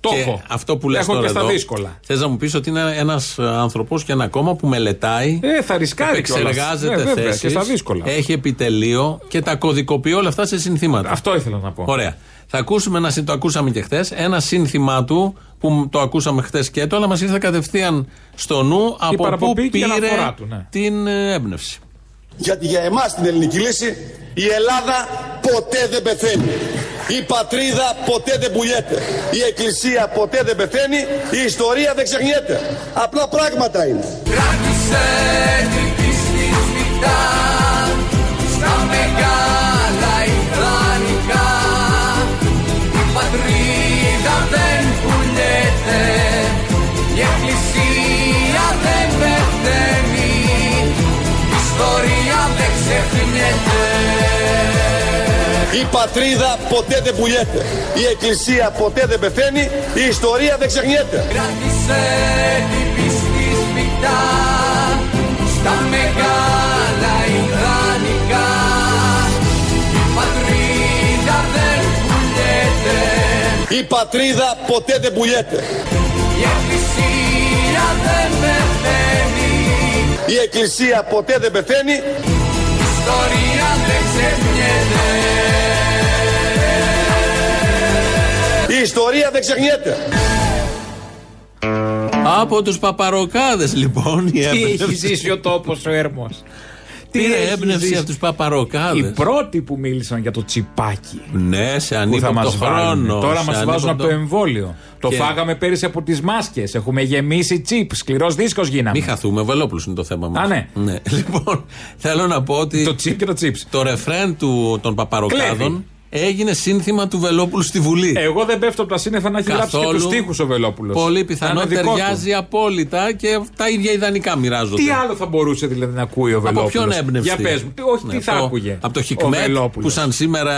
S5: Το
S4: Και
S5: έχω.
S4: Αυτό που λες
S5: Έχω
S4: τώρα
S5: και στα
S4: εδώ,
S5: δύσκολα.
S4: Θες να μου πεις ότι είναι ένας άνθρωπος και ένα κόμμα που μελετάει.
S5: Ε, θα ρισκάρει κιόλας.
S4: Επεξεργάζεται
S5: Ναι, βέβαια, και
S4: θέσεις,
S5: στα δύσκολα.
S4: Έχει επιτελείο και τα κωδικοποιεί όλα αυτά σε συνθήματα.
S5: Αυτό ήθελα να πω.
S4: Ωραία. Θα ακούσουμε ένα, συν- το ακούσαμε και χθες, ένα σύνθημά του που το ακούσαμε χθες και τώρα μας ήρθε κατευθείαν στο νου από πού
S5: παραπομπή και η
S4: πήρε
S5: αναφορά του, ναι.
S4: την ε, έμπνευση.
S16: Γιατί για εμάς την ελληνική λύση η Ελλάδα ποτέ δεν πεθαίνει. Η πατρίδα ποτέ δεν πουλιέται. Η εκκλησία ποτέ δεν πεθαίνει. Η ιστορία δεν ξεχνιέται. Απλά πράγματα είναι.
S17: Κράτησε την πίστη σφιχτά στα μεγάλα ιδανικά. Η πατρίδα δεν πουλιέται, η εκκλησία δεν πεθαίνει, η ιστορία δεν ξεχνιέται.
S16: Η πατρίδα ποτέ δεν πουλιέται. Η εκκλησία ποτέ δεν πεθαίνει. Η ιστορία δεν ξεχνιέται.
S17: Κράτησε την πίστη σφιχτά στα μεγάλα ιδανικά. Η πατρίδα δεν πουλιέται,
S16: Η πατρίδα ποτέ δεν πουλιέται.
S17: η εκκλησία δεν πεθαίνει,
S16: Η εκκλησία ποτέ δεν πεθαίνει.
S17: η ιστορία δεν ξεχνιέται.
S16: Η ιστορία δεν ξεχνιέται.
S4: Από τους παπαροκάδες λοιπόν η
S5: Τι έχει
S4: έμπνευση.
S5: ζήσει ο τόπος ο έρμος.
S4: Πήρε έμπνευση από τους παπαροκάδε.
S5: Οι πρώτοι που μίλησαν για το τσιπάκι.
S4: Ναι, σε
S5: Που θα
S4: ανύποπτο
S5: μας βάλουν.
S4: χρόνο.
S5: Τώρα
S4: σε
S5: μα βάζουν από το
S4: ανύποπτο-
S5: εμβόλιο. Το
S4: Και-
S5: φάγαμε πέρυσι από τις μάσκες. Έχουμε γεμίσει τσιπ. Σκληρός δίσκος γίναμε.
S4: Μη χαθούμε, Βελόπουλος είναι το θέμα μας.
S5: Α, ναι.
S4: Λοιπόν, θέλω να πω ότι. Το
S5: τσίπ και το τσίπ.
S4: Το ρεφρέν του, των Παπαροκάδων έγινε σύνθημα του Βελόπουλου στη Βουλή.
S5: Εγώ δεν πέφτω από τα σύννεφα να έχει γράψει και
S4: Καθόλου.
S5: τους τοίχου ο Βελόπουλος.
S4: Πολύ πιθανό ταιριάζει απόλυτα και τα ίδια ιδανικά μοιράζονται.
S5: Τι άλλο θα μπορούσε δηλαδή να ακούει ο
S4: από
S5: Βελόπουλος.
S4: ποιον έμπνευστεί.
S5: Για πες μου, τι- όχι,
S4: Ναι,
S5: τι θα
S4: από-
S5: άκουγε.
S4: Από το
S5: ο
S4: Χικμέτ που
S5: Βελόπουλος.
S4: σαν σήμερα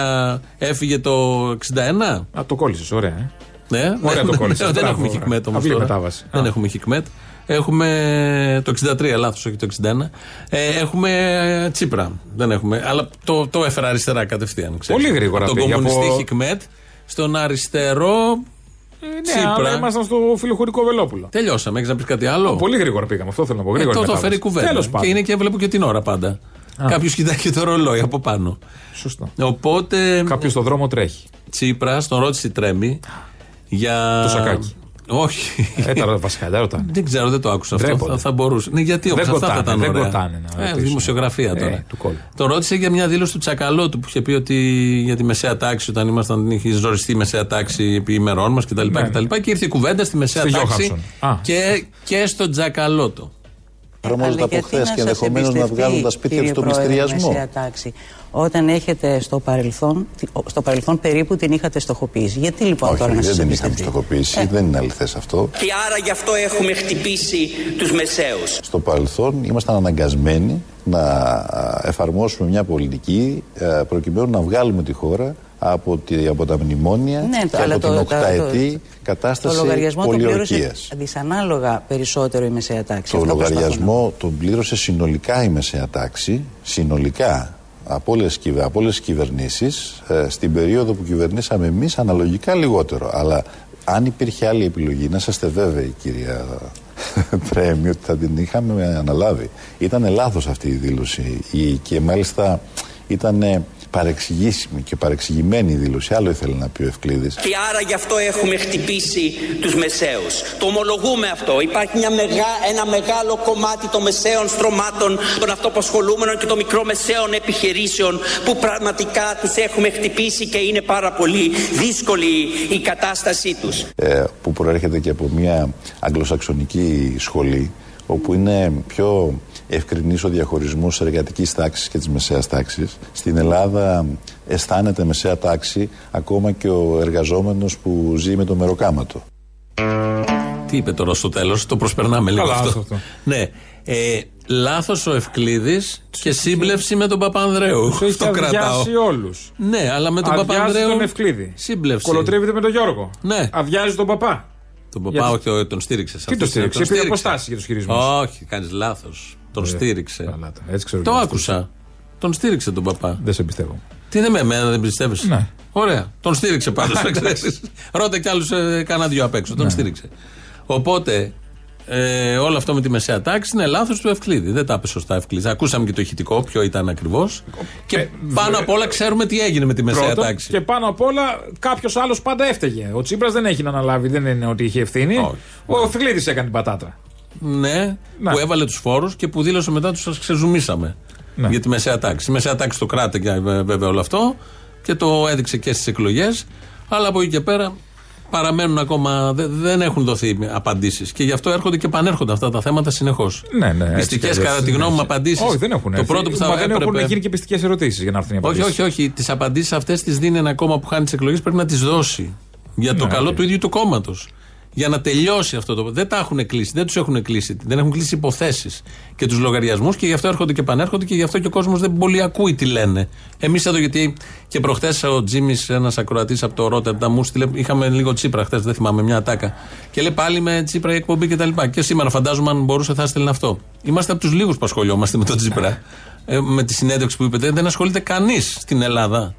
S4: έφυγε το 61.
S5: Α, το κόλλησες, ωραία. ε.
S4: Ναι,
S5: Ωραία το κόλλησες.
S4: Δεν
S5: Μπράβο,
S4: έχουμε
S5: ωραία.
S4: χικμέτ όμως.
S5: Απλή μετάβαση.
S4: Δεν έχουμε χικμέτ. Έχουμε το 63, λάθος, όχι το 61. Ε, έχουμε Τσίπρα. Δεν έχουμε. Αλλά το, το έφερα αριστερά κατευθείαν. Ξέρεις.
S5: Πολύ γρήγορα
S4: Από τον
S5: πήγε,
S4: κομμουνιστή
S5: από-
S4: Χικμέτ στον αριστερό
S5: Ε, Ναι,
S4: Τσίπρα.
S5: αλλά ήμασταν στο φιλοχωρικό Βελόπουλο.
S4: Τελειώσαμε. Έχεις να πεις κάτι άλλο.
S5: Πολύ γρήγορα πήγαμε, αυτό θέλω να πω.
S4: Ε,
S5: Γρήγορα
S4: το, το φέρει κουβέντα.
S5: Τέλος
S4: Και
S5: πάντων.
S4: είναι και βλέπω και την ώρα πάντα. Κάποιος κοιτάει και το ρολόι από πάνω.
S5: Σωστό.
S4: Οπότε.
S5: Κάποιος στον δρόμο τρέχει.
S4: Τσίπρα, τον ρώτησε η Τρέμι για.
S5: Το σακάκι.
S4: Όχι.
S5: Ε, τα βασικά, δεν ρωτάνε.
S4: Δεν ξέρω, δεν το άκουσα αυτό.
S5: Ντρέπονται.
S4: Θα, θα μπορούσε. Ναι, γιατί
S5: Δεν
S4: όμω αυτά θα
S5: κοτάνε,
S4: ήταν
S5: δεν
S4: ωραία.
S5: κοτάνε να
S4: ε,
S5: ρωτήσουν.
S4: δημοσιογραφία τώρα.
S5: Ε, του κόλλου.
S4: Τον ρώτησε για μια δήλωση του Τσακαλώτου που είχε πει ότι για τη μεσαία τάξη, όταν ήμασταν, είχε ζοριστεί η μεσαία τάξη επί ημερών μας κτλ. Και,
S3: Ναι, ναι.
S4: και ήρθε η κουβέντα στη μεσαία
S3: Στη
S4: τάξη
S3: Γιώχανσον. Α.
S4: και, και στον Τσακαλώτο.
S11: Εφαρμόζονται από χθε και ενδεχομένως να
S7: εμπιστευτεί,
S11: βγάζουν τα σπίτια του
S7: κύριε
S11: στον
S7: Πρόεδρε,
S11: πληστηριασμό.
S7: Μεσαία τάξη, όταν έχετε στο παρελθόν, στο παρελθόν περίπου την είχατε στοχοποιήσει. Γιατί λοιπόν τώρα
S11: Όχι,
S7: να σας Ε.
S11: δεν την
S7: εμπιστευτεί.
S11: είχαμε στοχοποιήσει, δεν είναι αληθές αυτό.
S18: Και άρα γι' αυτό έχουμε χτυπήσει τους μεσαίους.
S11: Στο παρελθόν ήμασταν αναγκασμένοι να α, εφαρμόσουμε μια πολιτική α, προκειμένου να βγάλουμε τη χώρα από, τη, από τα μνημόνια
S7: Ναι,
S11: και
S7: αλλά το-
S11: από την
S7: το-
S11: οκταετή
S7: το- Το
S11: κατάσταση
S7: λογαριασμό τον πλήρωσε
S11: πολιορκίας.
S7: δυσανάλογα περισσότερο η μεσαία τάξη. Αυτό
S11: Το
S7: προσπαθώ να
S11: λογαριασμό τον πλήρωσε συνολικά η μεσαία τάξη, συνολικά από όλες τις κυβερνήσεις, ε, στην περίοδο που κυβερνήσαμε εμείς, αναλογικά λιγότερο. Αλλά αν υπήρχε άλλη επιλογή, να είστε βέβαιοι, κυρία Τρέμι, ότι θα την είχαμε αναλάβει. Ήταν λάθος αυτή η δήλωση η- και μάλιστα ήταν παρεξηγήσιμη και παρεξηγημένη δήλωση. Άλλο ήθελε να πει ο Ευκλήδης.
S18: Και άρα γι' αυτό έχουμε χτυπήσει τους μεσαίους. Το ομολογούμε αυτό. Υπάρχει μια μεγά, ένα μεγάλο κομμάτι των μεσαίων στρωμάτων, των αυτοπασχολούμενων και των μικρομεσαίων επιχειρήσεων που πραγματικά τους έχουμε χτυπήσει και είναι πάρα πολύ δύσκολη η κατάστασή τους.
S11: ε, που προέρχεται και από μια αγγλοσαξονική σχολή όπου είναι πιο ευκρινής ο διαχωρισμός της εργατικής τάξης και της μεσαίας τάξης. Στην Ελλάδα αισθάνεται μεσαία τάξη ακόμα και ο εργαζόμενος που ζει με το μεροκάματο.
S4: Τι είπε τώρα στο τέλος, το προσπερνάμε λίγο
S11: Καλά,
S4: αυτό.
S11: άσε αυτό.
S4: Ναι. Ε, Λάθος ο Ευκλήδης και σύμπλευση με τον Παπανδρέου.
S5: Τους έχει
S4: Το κρατάω.
S5: αδειάσει όλους.
S4: Ναι, αλλά με τον
S5: Αδειάζει
S4: Παπανδρέου.
S5: τον Ευκλήδη.
S4: Σύμπλευση.
S5: Κολοτρεύεται με τον Γιώργο.
S4: Ναι.
S5: Αδειάζει τον παπά.
S4: Τον παπά,
S5: Γιατί-
S4: όχι, το- τον στήριξε.
S5: Τι τον στήριξε, πήρε αποστάσεις για τους χειρισμούς.
S4: Όχι, κάνεις λάθος. Τον
S5: Ε,
S4: στήριξε.
S5: έτσι ξέρω
S4: το
S5: εγώ.
S4: άκουσα. Τον στήριξε τον παπά.
S5: Δεν σε πιστεύω.
S4: Τι είναι με εμένα, δεν πιστεύεις. Ωραία. Τον στήριξε πάντως, να ξέρει. Ρώτα κι άλλους ε, κανένα δυο απ' έξω. Τον στήριξε. Οπότε, ε, όλο αυτό με τη μεσαία τάξη είναι λάθος του Ευκλήδη. Δεν τα είπε σωστά Ευκλήδη. Ακούσαμε και το ηχητικό, ποιο ήταν ακριβώς. Και πάνω απ' όλα ξέρουμε τι έγινε με τη μεσαία
S5: Πρώτον,
S4: τάξη.
S5: Και πάνω απ' όλα κάποιος άλλος πάντα έφταιγε. Ο Τσίπρας δεν έχει να αναλάβει, δεν είναι ότι είχε ευθύνη. Ο Ευκλήδης έκανε την πατάτα.
S4: Ναι, που έβαλε τους φόρους και που δήλωσε μετά τους σας ξεζουμίσαμε. Για τη μεσαία τάξη. Η μεσαία τάξη το κράτε και, ε, βέβαια όλο αυτό και το έδειξε και στις εκλογές. Αλλά από εκεί και πέρα παραμένουν ακόμα. δε- δεν έχουν δοθεί απαντήσεις. Και γι' αυτό έρχονται και πανέρχονται αυτά τα θέματα συνεχώς.
S5: Ναι, ναι. έτσι
S4: Μυστικέ,
S5: κι αλλιώς
S4: κατά τη γνώμη μου,
S5: συνέχεια.
S4: απαντήσεις.
S5: Όχι, δεν έχουν.
S4: Το
S5: έρθει.
S4: πρώτο που θα
S5: Μα δεν έχουν
S4: έπρεπε.
S5: γίνει και πιστικέ ερωτήσεις για να έρθουν οι
S4: Όχι,
S5: απαντήσεις.
S4: όχι, όχι. Τις απαντήσεις αυτές τις δίνει ένα κόμμα που χάνει τις εκλογές. Πρέπει να τις δώσει. Για το
S5: Ναι,
S4: καλό
S5: οκ.
S4: του ίδιου του κόμματος. Για να τελειώσει αυτό το. Δεν τα έχουν κλείσει. Δεν τους έχουν κλείσει. Δεν έχουν κλείσει υποθέσεις και τους λογαριασμούς και γι' αυτό έρχονται και πανέρχονται και γι' αυτό και ο κόσμος δεν πολύ ακούει τι λένε. Εμείς εδώ, γιατί και προχτέ ο Τζίμις, ένας ακροατής από το Ρότερντα, μου στείλε. Είχαμε λίγο Τσίπρα χθες, δεν θυμάμαι, μια ατάκα. Και λέει πάλι με Τσίπρα η εκπομπή κτλ. Και σήμερα φαντάζομαι αν μπορούσε θα στέλνει αυτό. Είμαστε από τους λίγους που ασχολιόμαστε με τον Τσίπρα. Ε, με τη συνέντευξη που είπετε, δεν ασχολείται κανείς στην Ελλάδα.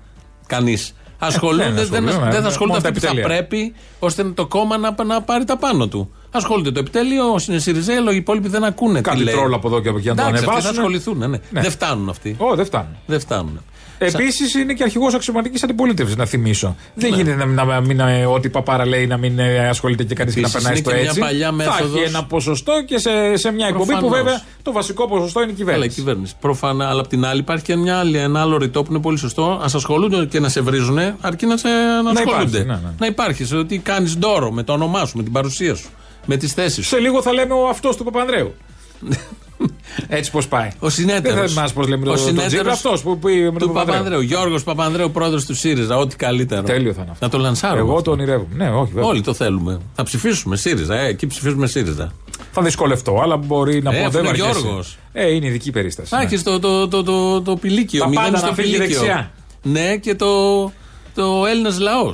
S4: Κανεί. Ασχολούνται,
S5: Ε, δεν
S4: δεν,
S5: ασχολούνται,
S4: ασ-
S5: ναι,
S4: δεν
S5: ναι,
S4: θα ασχολούνται
S5: μόνο τα
S4: αυτοί που θα
S5: επιτελεία.
S4: πρέπει ώστε το κόμμα να, να πάρει τα πάνω του. Ασχολείται το επιτέλειο, ο Συνεσυριζέλο, οι υπόλοιποι δεν ακούνε. τι
S5: Κάτι
S4: λέει.
S5: τρόλ από εδώ και από εκεί να το
S4: Εντάξει, αυτοί
S5: ανεβάσουν.
S4: θα ασχοληθούν, ναι, ναι. Δεν φτάνουν αυτοί.
S5: Ω, δεν φτάνουν.
S4: Δεν φτάνουν.
S5: Επίσης είναι και αρχηγός αξιωματικής αντιπολίτευσης, να θυμίσω.
S4: Ναι.
S5: Δεν γίνεται να, μην- να, μην- να- ό,τι η παπάρα λέει να μην ε, ασχολείται και κανείς και να
S4: Επίσης, είναι
S5: περνάει στο
S4: και μια
S5: έτσι.
S4: παλιά
S5: Θα
S4: μέθοδος.
S5: έχει ένα ποσοστό και σε, σε μια εκπομπή που
S4: Προφανώς.
S5: βέβαια το βασικό ποσοστό είναι
S4: Καλά,
S5: η
S4: η
S5: κυβέρνηση.
S4: κυβέρνηση. Προφανά, αλλά απ' την άλλη υπάρχει και μια άλλη, ένα άλλο ρητό που είναι πολύ σωστό. Ας ασχολούνται και να σε βρίζουν, αρκεί να σε να
S5: υπάρχει,
S4: ασχολούνται.
S5: ναι, ναι.
S4: Να υπάρχει, σε ότι κάνεις ντόρο με το όνομά σου, με την παρουσία σου, με τις θέσεις σου.
S5: Σε λίγο θα λέμε ο αυτός του Παπανδρέου. Έτσι πώς πάει.
S4: Ο συνέτερος.
S5: Δεν θυμάσαι πώς λέμε το-
S4: Ο
S5: τον Τζίπρα,
S4: συνέτερο
S5: αυτός που- που είπε με
S4: του
S5: τον Παπανδρέου.
S4: Παπανδρέου. Γιώργος Παπανδρέου, πρόεδρος του ΣΥΡΙΖΑ. Ό,τι καλύτερο.
S5: Τέλειο θα είναι αυτό.
S4: Να το λανσάρουμε.
S5: Εγώ το ονειρεύομαι. Ναι, όχι, βέβαια.
S4: Όλοι το θέλουμε. Θα ψηφίσουμε ΣΥΡΙΖΑ. Ε, εκεί ψηφίζουμε ΣΥΡΙΖΑ.
S5: Θα δυσκολευτώ, αλλά μπορεί να
S4: Ε,
S5: πω
S4: αφού
S5: δεν
S4: είναι
S5: βαριέσαι.
S4: Γιώργος.
S5: Ε, είναι ειδική περίσταση.
S4: Θα
S5: ναι.
S4: έχεις το, το, το, το, το πηλίκιο.
S5: Τα
S4: μηδέν
S5: πάντα
S4: στο
S5: να φύγει
S4: πηλίκιο.
S5: δεξιά.
S4: Ναι, και το, το Έλληνας λαός.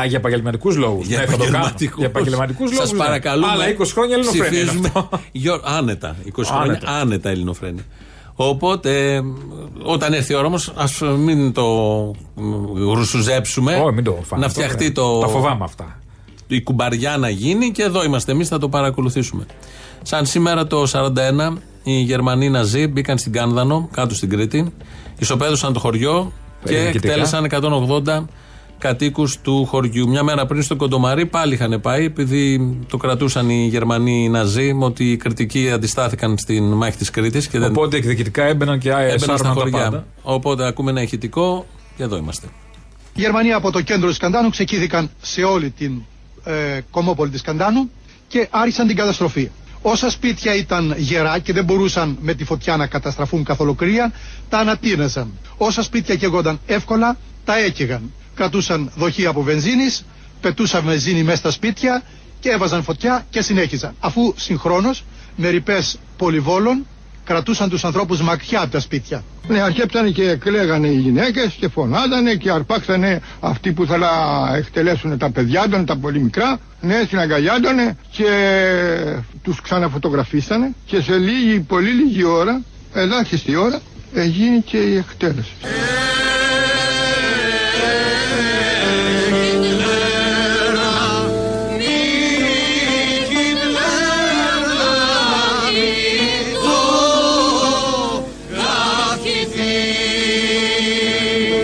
S5: Α, για επαγγελματικούς λόγους.
S4: Για
S5: ναι, θα το κάνω.
S4: επαγγελματικούς.
S5: Για επαγγελματικούς λόγου.
S4: Σας παρακαλούμε.
S5: Αλλά 20 χρόνια ελληνοφρένεια. είναι
S4: ψηφίζουμε-
S5: αυτό.
S4: Γιώ- Άνετα. 20 χρόνια
S5: Άνετα.
S4: άνετα ελληνοφρένεια. Οπότε, ε, όταν έρθει η ώρα όμως, ας μην το μ, γρουσουζέψουμε.
S5: Όχι, μην το φάμε
S4: Ε, να
S5: αυτό,
S4: φτιαχτεί
S5: ναι.
S4: το.
S5: Τα φοβάμαι αυτά.
S4: Η κουμπαριά να γίνει και εδώ είμαστε εμείς, θα το παρακολουθήσουμε. Σαν σήμερα το 41, οι Γερμανοί Ναζί μπήκαν στην Κάνδανο, κάτω στην Κρήτη, ισοπαίδωσαν το χωριό και
S5: Ενικητικά.
S4: εκτέλεσαν 180 κατοίκους του χωριού. Μια μέρα πριν στο Κοντομαρί πάλι είχαν πάει, επειδή το κρατούσαν οι Γερμανοί Ναζί, ότι οι κριτικοί αντιστάθηκαν στην μάχη της Κρήτης και δεν
S5: Οπότε εκδικητικά έμπαιναν και
S4: έμπαιναν στα
S5: έσαρναν τα
S4: χωριά.
S5: πάντα.
S4: Οπότε ακούμε ένα ηχητικό και εδώ είμαστε.
S19: Οι Γερμανοί από το κέντρο της Καντάνου ξεκίνησαν σε όλη την ε, κομμόπολη της Καντάνου και άρχισαν την καταστροφή. Όσα σπίτια ήταν γερά και δεν μπορούσαν με τη φωτιά να καταστραφούν καθ' ολοκλήρια, τα ανατείναζαν. Όσα σπίτια καιγόνταν εύκολα, τα έκαιγαν. Κρατούσαν δοχεία από βενζίνης, πετούσαν βενζίνη μέσα στα σπίτια και έβαζαν φωτιά και συνέχιζαν. Αφού συγχρόνως με ρηπές πολυβόλων κρατούσαν τους ανθρώπους μακριά από τα σπίτια.
S20: Ναι, αρχέψανε και κλαίγανε οι γυναίκες και φωνάζανε και αρπάξανε αυτοί που θα εκτελέσουν τα παιδιά των, τα πολύ μικρά. Ναι, συναγκαλιάντανε και τους ξαναφωτογραφίσανε και σε λίγη, πολύ λίγη ώρα, ελάχιστη ώρα, ε, γίνει και η εκτέλεση.
S17: Αχιθή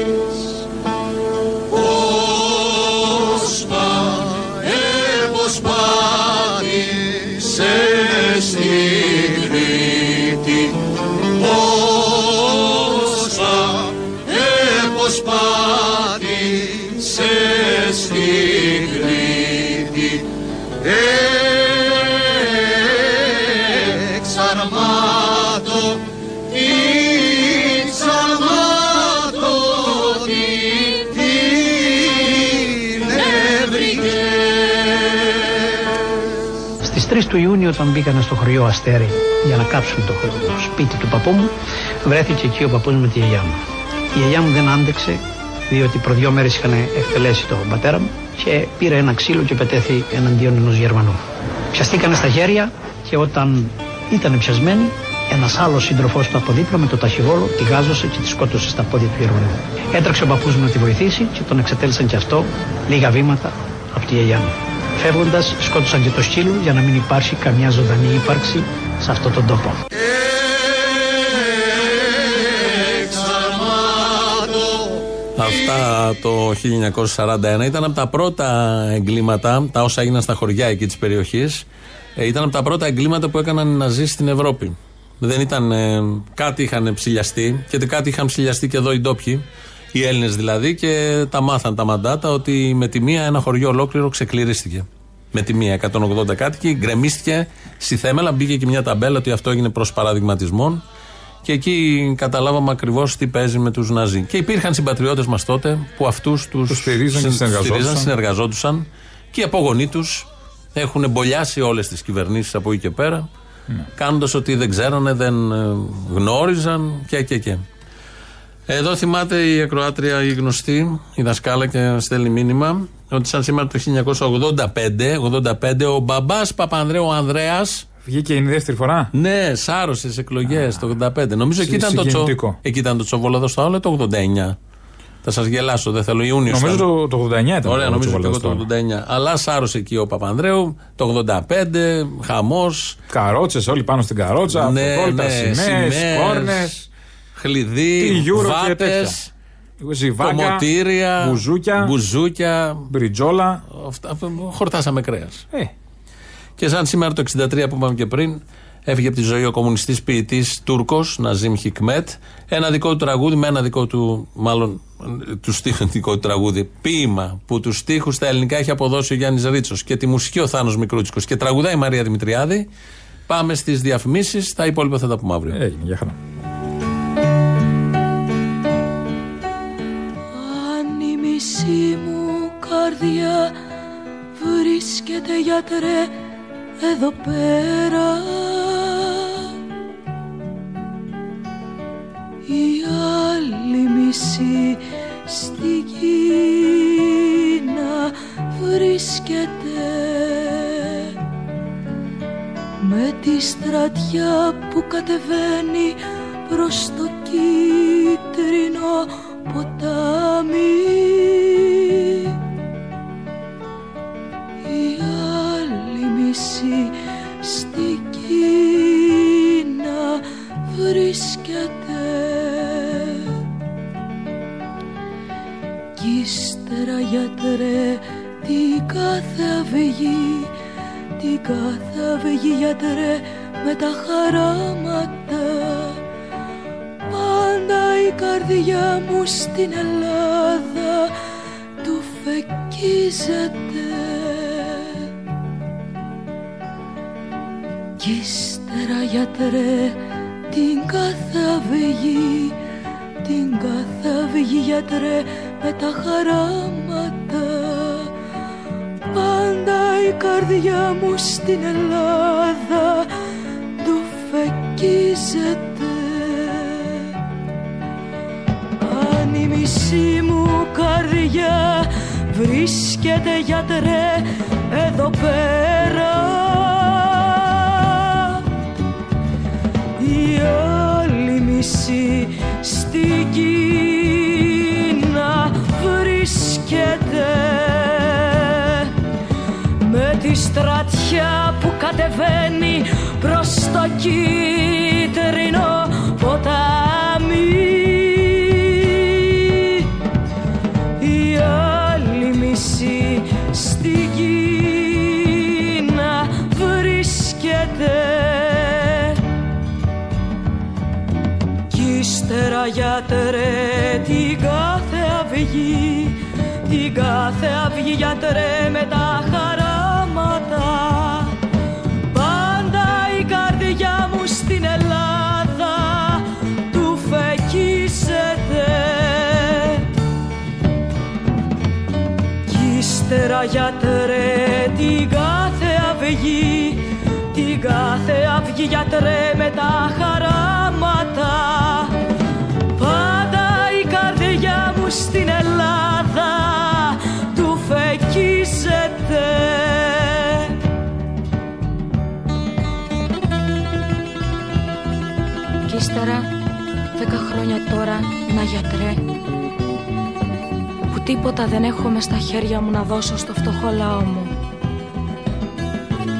S21: 3 του Ιούνιου όταν μπήκανε στο χωριό Αστέρι για να κάψουν το, χωριό, το σπίτι του παππού μου βρέθηκε εκεί ο παππούς μου με τη γιαγιά μου. Η γιαγιά μου δεν άντεξε διότι προ δύο μέρες είχαν εκτελέσει τον πατέρα μου και πήρε ένα ξύλο και πετέθη εναντίον ενός Γερμανού. Πιαστήκανε στα χέρια και όταν ήταν πιασμένοι ένας άλλος σύντροφός του από δίπλα με το ταχυβόλο τη γάζωσε και τη σκότωσε στα πόδια του Γερμανού. Έτρεξε ο παππούς μου να τη βοηθήσει και τον εξετέλισαν και αυτό λίγα βήματα από τη γιαγιά μου. Φεύγοντας, σκότωσαν και το σκύλο για να μην υπάρξει καμιά ζωντανή ύπαρξη σε αυτόν τον τόπο.
S4: Αυτά το 1941 ήταν από τα πρώτα εγκλήματα, τα όσα έγιναν στα χωριά εκεί της περιοχής, ήταν από τα πρώτα εγκλήματα που έκαναν οι Ναζί στην Ευρώπη. Δεν ήταν. ε, κάτι είχαν ψηλιαστεί και κάτι είχαν ψηλιαστεί και εδώ οι ντόπιοι, οι Έλληνες δηλαδή, και τα μάθαν τα μαντάτα ότι με τη μία ένα χωριό ολόκληρο ξεκληρίστηκε. Με τη μία 180 κάτοικοι, γκρεμίστηκε στη θέμελα, μπήκε και μια ταμπέλα ότι αυτό έγινε προς παραδειγματισμών. Και εκεί καταλάβαμε ακριβώς τι παίζει με τους Ναζί. Και υπήρχαν συμπατριώτες μας τότε που αυτούς τους
S5: στηρίζαν και συνεργαζόντουσαν.
S4: συνεργαζόντουσαν και οι απόγονοί τους έχουν εμπολιάσει όλες τις κυβερνήσεις από εκεί και πέρα,
S5: Ναι.
S4: κάνοντας ότι δεν ξέρανε, δεν ε, γνώριζαν και και και. Εδώ θυμάται η ακροάτρια, η γνωστή, η δασκάλα και στέλνει μήνυμα ότι σαν σήμερα το 1985 85, ο μπαμπάς Παπανδρέου ο Ανδρέας
S5: Βγήκε είναι η δεύτερη φορά.
S4: Ναι, σάρωσε τι εκλογές το 85. Νομίζω εκεί
S5: Συ-
S4: ήταν, το τσο...
S5: συγκινητικό.
S4: εκεί ήταν το τσοβόλαδο στο άλλο το 89. Θα σας γελάσω, δεν θέλω Ιούνιος.
S5: Νομίζω
S4: ήταν.
S5: το, το 89 ήταν.
S4: Ωραία,
S5: ο
S4: νομίζω και εγώ
S5: Τσοβολέδος
S4: το 89.
S5: τώρα.
S4: Αλλά σάρωσε εκεί ο Παπανδρέου το 85, χαμός.
S5: Καρότσες, όλοι πάνω στην καρότσα.
S4: Ναι,
S5: Αυτοκόλλητα,
S4: ναι,
S5: σημαίες,
S4: σημαίες,
S5: κόρνες,
S4: Χλειδί,
S5: Τι Euro και
S4: βάτες,
S5: ζιβάγκα,
S4: κομμωτήρια,
S5: μπουζούκια,
S4: μπουζούκια,
S5: μπριτζόλα.
S4: Αυτά, χορτάσαμε κρέας.
S5: Ε,
S4: Και σαν σήμερα το 63 που είπαμε και πριν, έφυγε από τη ζωή ο κομμουνιστής ποιητής Τούρκος, Ναζίμ Χικμέτ. Ένα δικό του τραγούδι, με ένα δικό του, μάλλον ε, του στίχου δικό του τραγούδι, ποίημα που τους στίχους στα ελληνικά έχει αποδώσει ο Γιάννης Ρίτσος και τη μουσική ο Θάνος Μικρούτσικος και τραγουδάει η Μαρία Δημητριάδη. Πάμε στις διαφημίσεις, τα υπόλοιπα θα τα πούμε αύριο.
S5: Έγινε, για χαρά.
S22: Αν η μισή μου καρδιά βρίσκεται γιατρέ εδώ πέρα Η άλλη μισή στη Κίνα βρίσκεται Με τη στρατιά που κατεβαίνει προς το κίτρινο ποτάμι Η άλλη μισή στη Κίνα βρίσκεται Κι ύστερα γιατρέ την κάθε αυγή Την κάθε αυγή γιατρέ με τα χαράματα πάντα η καρδιά μου στην Ελλάδα του φεκίζεται. Κι ύστερα γιατρέ την κάθε αυγή, την κάθε αυγή γιατρέ με τα χαράματα. Πάντα η καρδιά μου στην Ελλάδα του φεκίζεται. Αν η μισή μου καρδιά βρίσκεται γιατρέ εδώ πέρα Η άλλη μισή στην Κίνα βρίσκεται με τη στρατιά που κατεβαίνει προς το κίτρινο ποτάμι. Η άλλη μισή στην Κίνα βρίσκεται κι ύστερα γιατρέ την κάθε αυγή την κάθε αυγή γιατρέ με τα χαράματα Πάντα η καρδιά μου στην Ελλάδα του φεκίζεται Κι ύστερα γιατρέ την κάθε αυγή την κάθε αυγή γιατρέ με τα χαράματα Πάντα η καρδιά μου στην Ελλάδα του φεκίζεται
S1: Κι ύστερα, δέκα χρόνια τώρα, να γιατρέ Που τίποτα δεν έχω μες στα χέρια μου να δώσω στο φτωχό λαό μου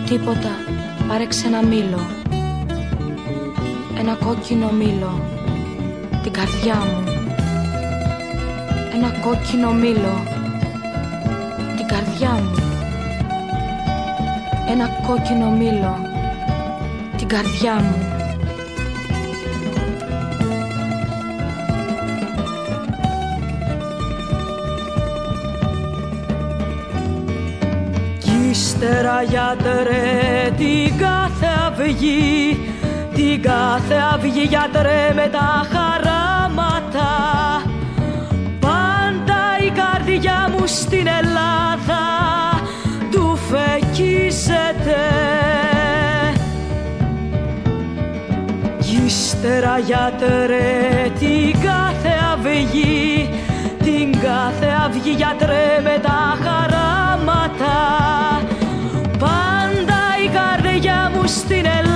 S1: Τίποτα, πάρεξε ένα μήλο Ένα κόκκινο μήλο Την καρδιά μου Ένα κόκκινο μήλο Την καρδιά μου Ένα κόκκινο μήλο Την καρδιά μου
S22: Κι ύστερα γιατρέ την κάθε αυγή Την κάθε αυγή γιατρέ με τα χαράματα Πάντα η καρδιά μου στην Ελλάδα του φεκίζεται Κι ύστερα γιατρέ την κάθε αυγή την κάθε αυγή γιατρέ με τα χαράματα πάντα η καρδιά μου στην Ελλάδα